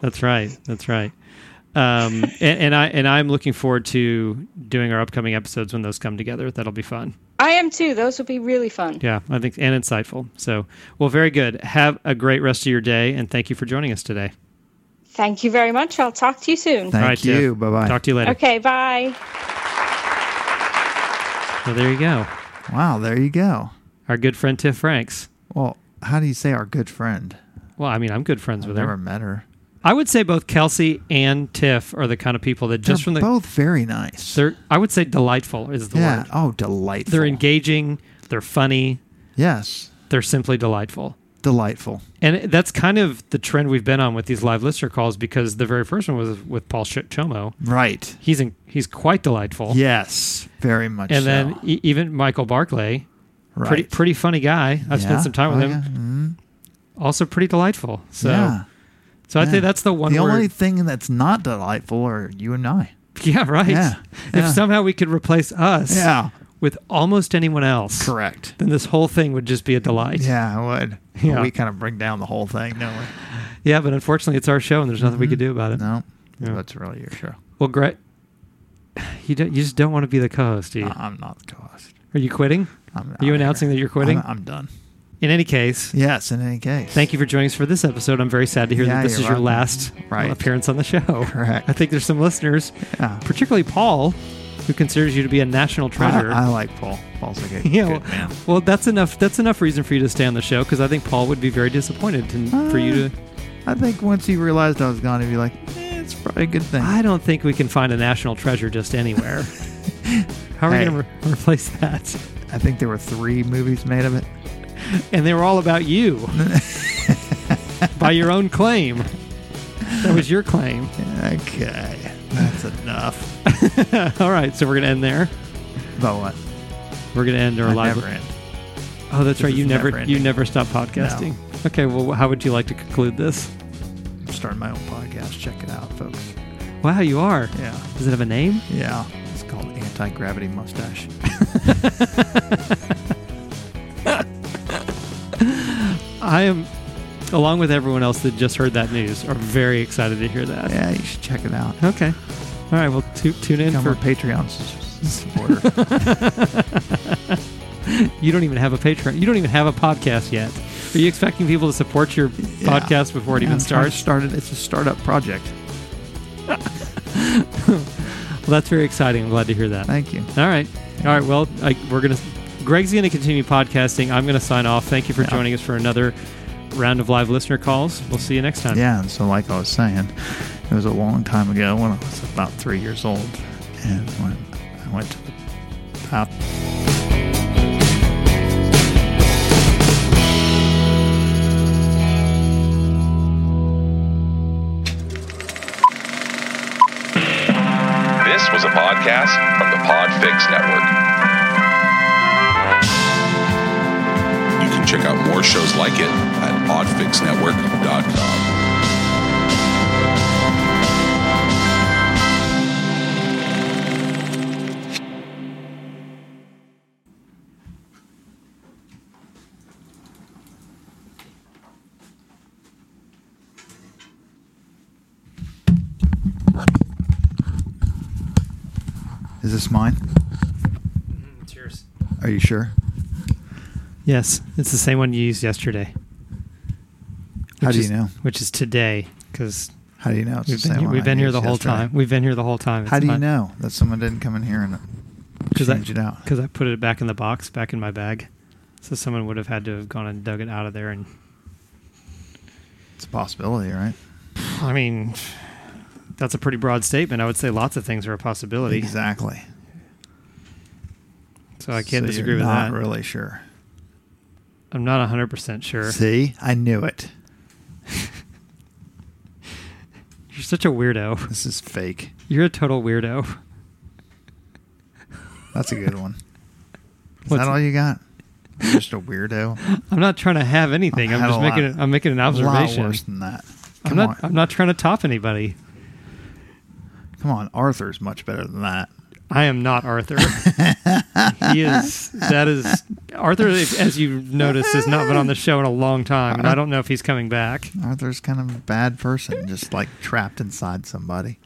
Speaker 1: that's right. That's right. Um, and, and I and I'm looking forward to doing our upcoming episodes when those come together. That'll be fun.
Speaker 4: I am too. Those would be really fun.
Speaker 1: Yeah, I think and insightful. So, well, very good. Have a great rest of your day, and thank you for joining us today.
Speaker 4: Thank you very much. I'll talk to you soon.
Speaker 2: Thank
Speaker 1: all right, Tiff.
Speaker 2: you. Bye bye.
Speaker 1: Talk to you later.
Speaker 4: Okay, bye.
Speaker 1: So there you go.
Speaker 2: Wow, there you go.
Speaker 1: Our good friend Tiff Franks.
Speaker 2: Well, how do you say our good friend?
Speaker 1: Well, I mean, I'm good friends with
Speaker 2: Never
Speaker 1: her.
Speaker 2: met her.
Speaker 1: I would say both Kelsey and Tiff are the kind of people that just
Speaker 2: They're
Speaker 1: from the
Speaker 2: both very nice.
Speaker 1: They're I would say delightful is the
Speaker 2: yeah.
Speaker 1: word.
Speaker 2: Oh, delightful.
Speaker 1: They're engaging, they're funny,
Speaker 2: Yes,
Speaker 1: they're simply delightful.
Speaker 2: delightful.
Speaker 1: And that's kind of the trend we've been on with these live listener calls because the very first one was with Paul Ch- Chomo.
Speaker 2: Right.
Speaker 1: He's in, he's quite delightful.
Speaker 2: Yes, very much.
Speaker 1: And
Speaker 2: so.
Speaker 1: then e- even Michael Barclay,
Speaker 2: right.
Speaker 1: pretty pretty funny guy. I've
Speaker 2: Yeah.
Speaker 1: spent some time with
Speaker 2: Oh,
Speaker 1: him.
Speaker 2: yeah. Mhm.
Speaker 1: Also pretty delightful. So
Speaker 2: yeah.
Speaker 1: So I'd say that's the one
Speaker 2: The
Speaker 1: word.
Speaker 2: only thing that's not delightful are you and I.
Speaker 1: yeah, right.
Speaker 2: Yeah,
Speaker 1: If
Speaker 2: yeah.
Speaker 1: somehow we could replace us
Speaker 2: Yeah.
Speaker 1: with almost anyone else,
Speaker 2: Correct.
Speaker 1: then this whole thing would just be a delight.
Speaker 2: Yeah, I would.
Speaker 1: Yeah.
Speaker 2: We kind of bring down the whole thing, don't we?
Speaker 1: Yeah, but unfortunately, it's our show and there's nothing we could do about it.
Speaker 2: Mm-hmm. No,
Speaker 1: Yeah.
Speaker 2: that's really your show.
Speaker 1: Well, Gret, you, don't, you just don't want to be the co host, do you?
Speaker 2: I'm not the co-host.
Speaker 1: Are you quitting?
Speaker 2: I'm,
Speaker 1: Are you
Speaker 2: I'm
Speaker 1: announcing
Speaker 2: here.
Speaker 1: that you're quitting?
Speaker 2: I'm, I'm done.
Speaker 1: In any case,
Speaker 2: Yes. In any case,
Speaker 1: Thank you for joining us for this episode. I'm very sad to hear
Speaker 2: Yeah,
Speaker 1: that this
Speaker 2: you're
Speaker 1: is your
Speaker 2: welcome.
Speaker 1: last uh,
Speaker 2: Right.
Speaker 1: appearance on the show.
Speaker 2: Correct.
Speaker 1: I think there's some listeners,
Speaker 2: Yeah.
Speaker 1: particularly Paul, who considers you to be a national treasure.
Speaker 2: I, I like Paul. Paul's a good,
Speaker 1: yeah,
Speaker 2: good
Speaker 1: well,
Speaker 2: man.
Speaker 1: well, that's enough. That's enough reason for you to stay on the show because I think Paul would be very disappointed and for you to.
Speaker 2: I think once he realized I was gone, he'd be like, eh, "It's probably a good thing."
Speaker 1: I don't think we can find a national treasure just anywhere. How are
Speaker 2: Hey.
Speaker 1: we going to re- replace that?
Speaker 2: I think there were three movies made of it.
Speaker 1: And they were all about you, by your own claim. That was your claim.
Speaker 2: Okay, that's enough.
Speaker 1: all right, so we're going to end there.
Speaker 2: But what?
Speaker 1: We're gonna end our
Speaker 2: I
Speaker 1: live.
Speaker 2: never end.
Speaker 1: Oh, that's right.
Speaker 2: is
Speaker 1: You never,
Speaker 2: never
Speaker 1: you
Speaker 2: ending.
Speaker 1: never stop podcasting. Okay. Well, how would you like to conclude this?
Speaker 2: I'm starting my own podcast. Check it out, folks.
Speaker 1: Wow, you are.
Speaker 2: Yeah,
Speaker 1: Does it have a name?
Speaker 2: yeah. It's called Anti Gravity Mustache.
Speaker 1: I am, along with everyone else that just heard that news, are very excited to hear that.
Speaker 2: Yeah, you should check it out.
Speaker 1: Okay. All right. Well, tu- tune in
Speaker 2: Become a
Speaker 1: for.
Speaker 2: Patreon s- supporter.
Speaker 1: You don't even have a Patreon. You don't even have a podcast yet. Are you expecting people to support your podcast before it
Speaker 2: Yeah,
Speaker 1: even
Speaker 2: I'm trying to
Speaker 1: starts?
Speaker 2: start it. It's a startup project.
Speaker 1: Well, that's very exciting. I'm glad to hear that.
Speaker 2: Thank you.
Speaker 1: All right. All right. Well, I, we're going to. Greg's going to continue podcasting. I'm going to sign off. Thank you for
Speaker 2: Yeah.
Speaker 1: joining us for another round of live listener calls. We'll see you next time.
Speaker 2: Yeah, and so like I was saying, it was a long time ago when I was about three years old, and when I went to the bathroom.
Speaker 5: This was a podcast from the Podfix Network. You can check out more shows like it at podfixnetwork.com.
Speaker 2: Is this mine?
Speaker 1: Cheers.
Speaker 2: Are you sure?
Speaker 1: Yes, it's the same one you used yesterday.
Speaker 2: How
Speaker 1: which
Speaker 2: do you
Speaker 1: is-
Speaker 2: know?
Speaker 1: Which is today because
Speaker 2: How do you know? It's
Speaker 1: we've
Speaker 2: the
Speaker 1: been
Speaker 2: same
Speaker 1: here,
Speaker 2: one
Speaker 1: we've
Speaker 2: I
Speaker 1: been here
Speaker 2: used
Speaker 1: the whole
Speaker 2: yesterday?
Speaker 1: time. We've been here the whole time.
Speaker 2: How do you know that someone didn't come in here and
Speaker 1: Because
Speaker 2: change it out?
Speaker 1: Because I put it back in the box, back in my bag. So someone would have had to have gone and dug it out of there. And
Speaker 2: It's a possibility, right?
Speaker 1: I mean, that's a pretty broad statement. I would say lots of things are a possibility.
Speaker 2: Exactly.
Speaker 1: So Oh, I can't
Speaker 2: So
Speaker 1: disagree
Speaker 2: you're
Speaker 1: with
Speaker 2: not
Speaker 1: that.
Speaker 2: Really sure.
Speaker 1: I'm not 100% sure.
Speaker 2: See, I knew it.
Speaker 1: You're such a weirdo.
Speaker 2: This is fake.
Speaker 1: You're a total weirdo.
Speaker 2: That's a good one. Is
Speaker 1: What's-
Speaker 2: that all you got? You're just a weirdo.
Speaker 1: I'm not trying to have anything.
Speaker 2: I
Speaker 1: I'm
Speaker 2: had
Speaker 1: just
Speaker 2: a
Speaker 1: making
Speaker 2: lot-
Speaker 1: it, I'm making an
Speaker 2: A lot
Speaker 1: observation.
Speaker 2: worse than that.
Speaker 1: I'm
Speaker 2: Come
Speaker 1: not
Speaker 2: on.
Speaker 1: I'm not trying to top anybody.
Speaker 2: Come on. Arthur's much better than that.
Speaker 1: I am not Arthur. he is that is Arthur if- as you noticed has not been on the show in a long time and I don't know if he's coming back.
Speaker 2: Arthur's kind of a bad person, just like trapped inside somebody.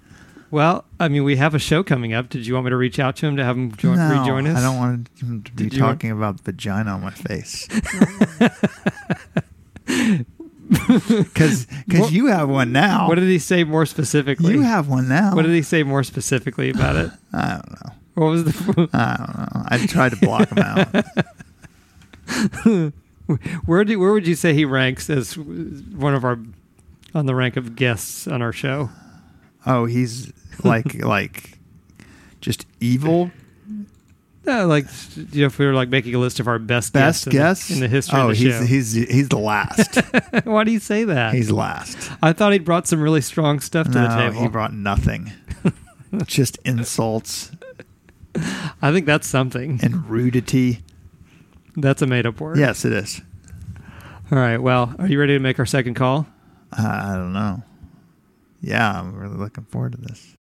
Speaker 1: Well, I mean we have a show coming up. Did you want me to reach out to him to have him jo-
Speaker 2: no,
Speaker 1: rejoin us?
Speaker 2: I don't want him to be
Speaker 1: Did you want-
Speaker 2: talking about vagina on my face. Because
Speaker 1: What-
Speaker 2: you have one now.
Speaker 1: What did he say more specifically?
Speaker 2: you have one now.
Speaker 1: What did he say more specifically about it?
Speaker 2: I don't know.
Speaker 1: What was the
Speaker 2: I don't know. I tried to block him out.
Speaker 1: Where do where would you say he ranks as one of our on the rank of guests on our show?
Speaker 2: Oh, he's like like just evil
Speaker 1: Uh, like you know, if we were like making a list of our best
Speaker 2: best
Speaker 1: guests
Speaker 2: guess
Speaker 1: in, the, in the history
Speaker 2: Oh,
Speaker 1: of the
Speaker 2: he's
Speaker 1: show.
Speaker 2: he's he's the last.
Speaker 1: Why do you say that?
Speaker 2: he's last.
Speaker 1: I thought he brought some really strong stuff to the
Speaker 2: No,
Speaker 1: table.
Speaker 2: he brought nothing. just insults
Speaker 1: I think that's something.
Speaker 2: and rudity.
Speaker 1: That's a made up word.
Speaker 2: Yes, it is.
Speaker 1: All right. Well, are you ready to make our second call?
Speaker 2: Uh, I I don't know. yeah, I'm really looking forward to this.